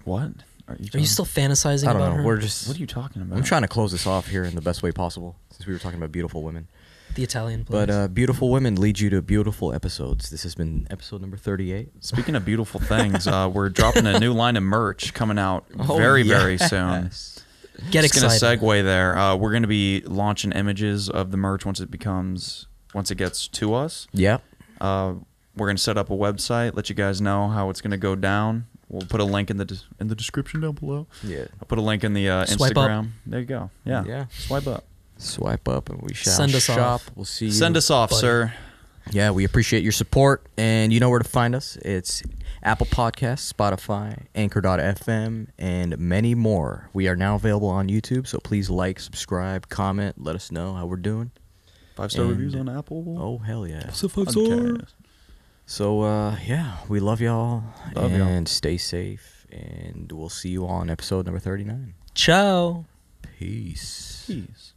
C: What? Are you,
A: Are you
C: talking-
A: still fantasizing
B: I don't
A: about her?
B: know. We're just.
C: What are you talking about?
B: I'm trying to close this off here in the best way possible, since we were talking about beautiful women.
A: the Italian place.
B: But uh, beautiful women lead you to beautiful episodes. This has been episode number 38.
C: Speaking of beautiful things, uh, we're dropping a new line of merch
A: *laughs*
C: coming out
B: Oh,
C: very, very
A: Oh,
C: soon.
B: *laughs*
A: Get
C: Just
A: excited.
C: gonna segue there. Uh, we're gonna be launching images of the merch once it becomes once it gets to us.
B: Yep.
C: Uh, we're gonna set up a website, let you guys know how it's gonna go down. We'll put a link in the des- in the description down below.
B: Yeah.
C: I'll put a link in the uh,
A: Swipe up.
C: Instagram. There you go. Yeah.
B: Yeah.
C: Swipe up.
B: Swipe up and we shall
A: Send us
B: shop.
A: off.
B: We'll see you.
C: Send us off,
A: buddy.
C: sir.
B: Yeah, we appreciate your support, and you know where to find us. It's Apple Podcasts, Spotify, Anchor.fm, and many more. We are now available on YouTube, so please like, subscribe, comment, let us know how we're doing.
C: Five star
B: And-
C: reviews on Apple.
B: Oh, hell yeah.
C: five
B: So, uh, yeah, we love y'all,
C: Love y'all.
B: and stay safe, and we'll see you on episode number 39.
A: Ciao.
B: Peace.
C: Jeez.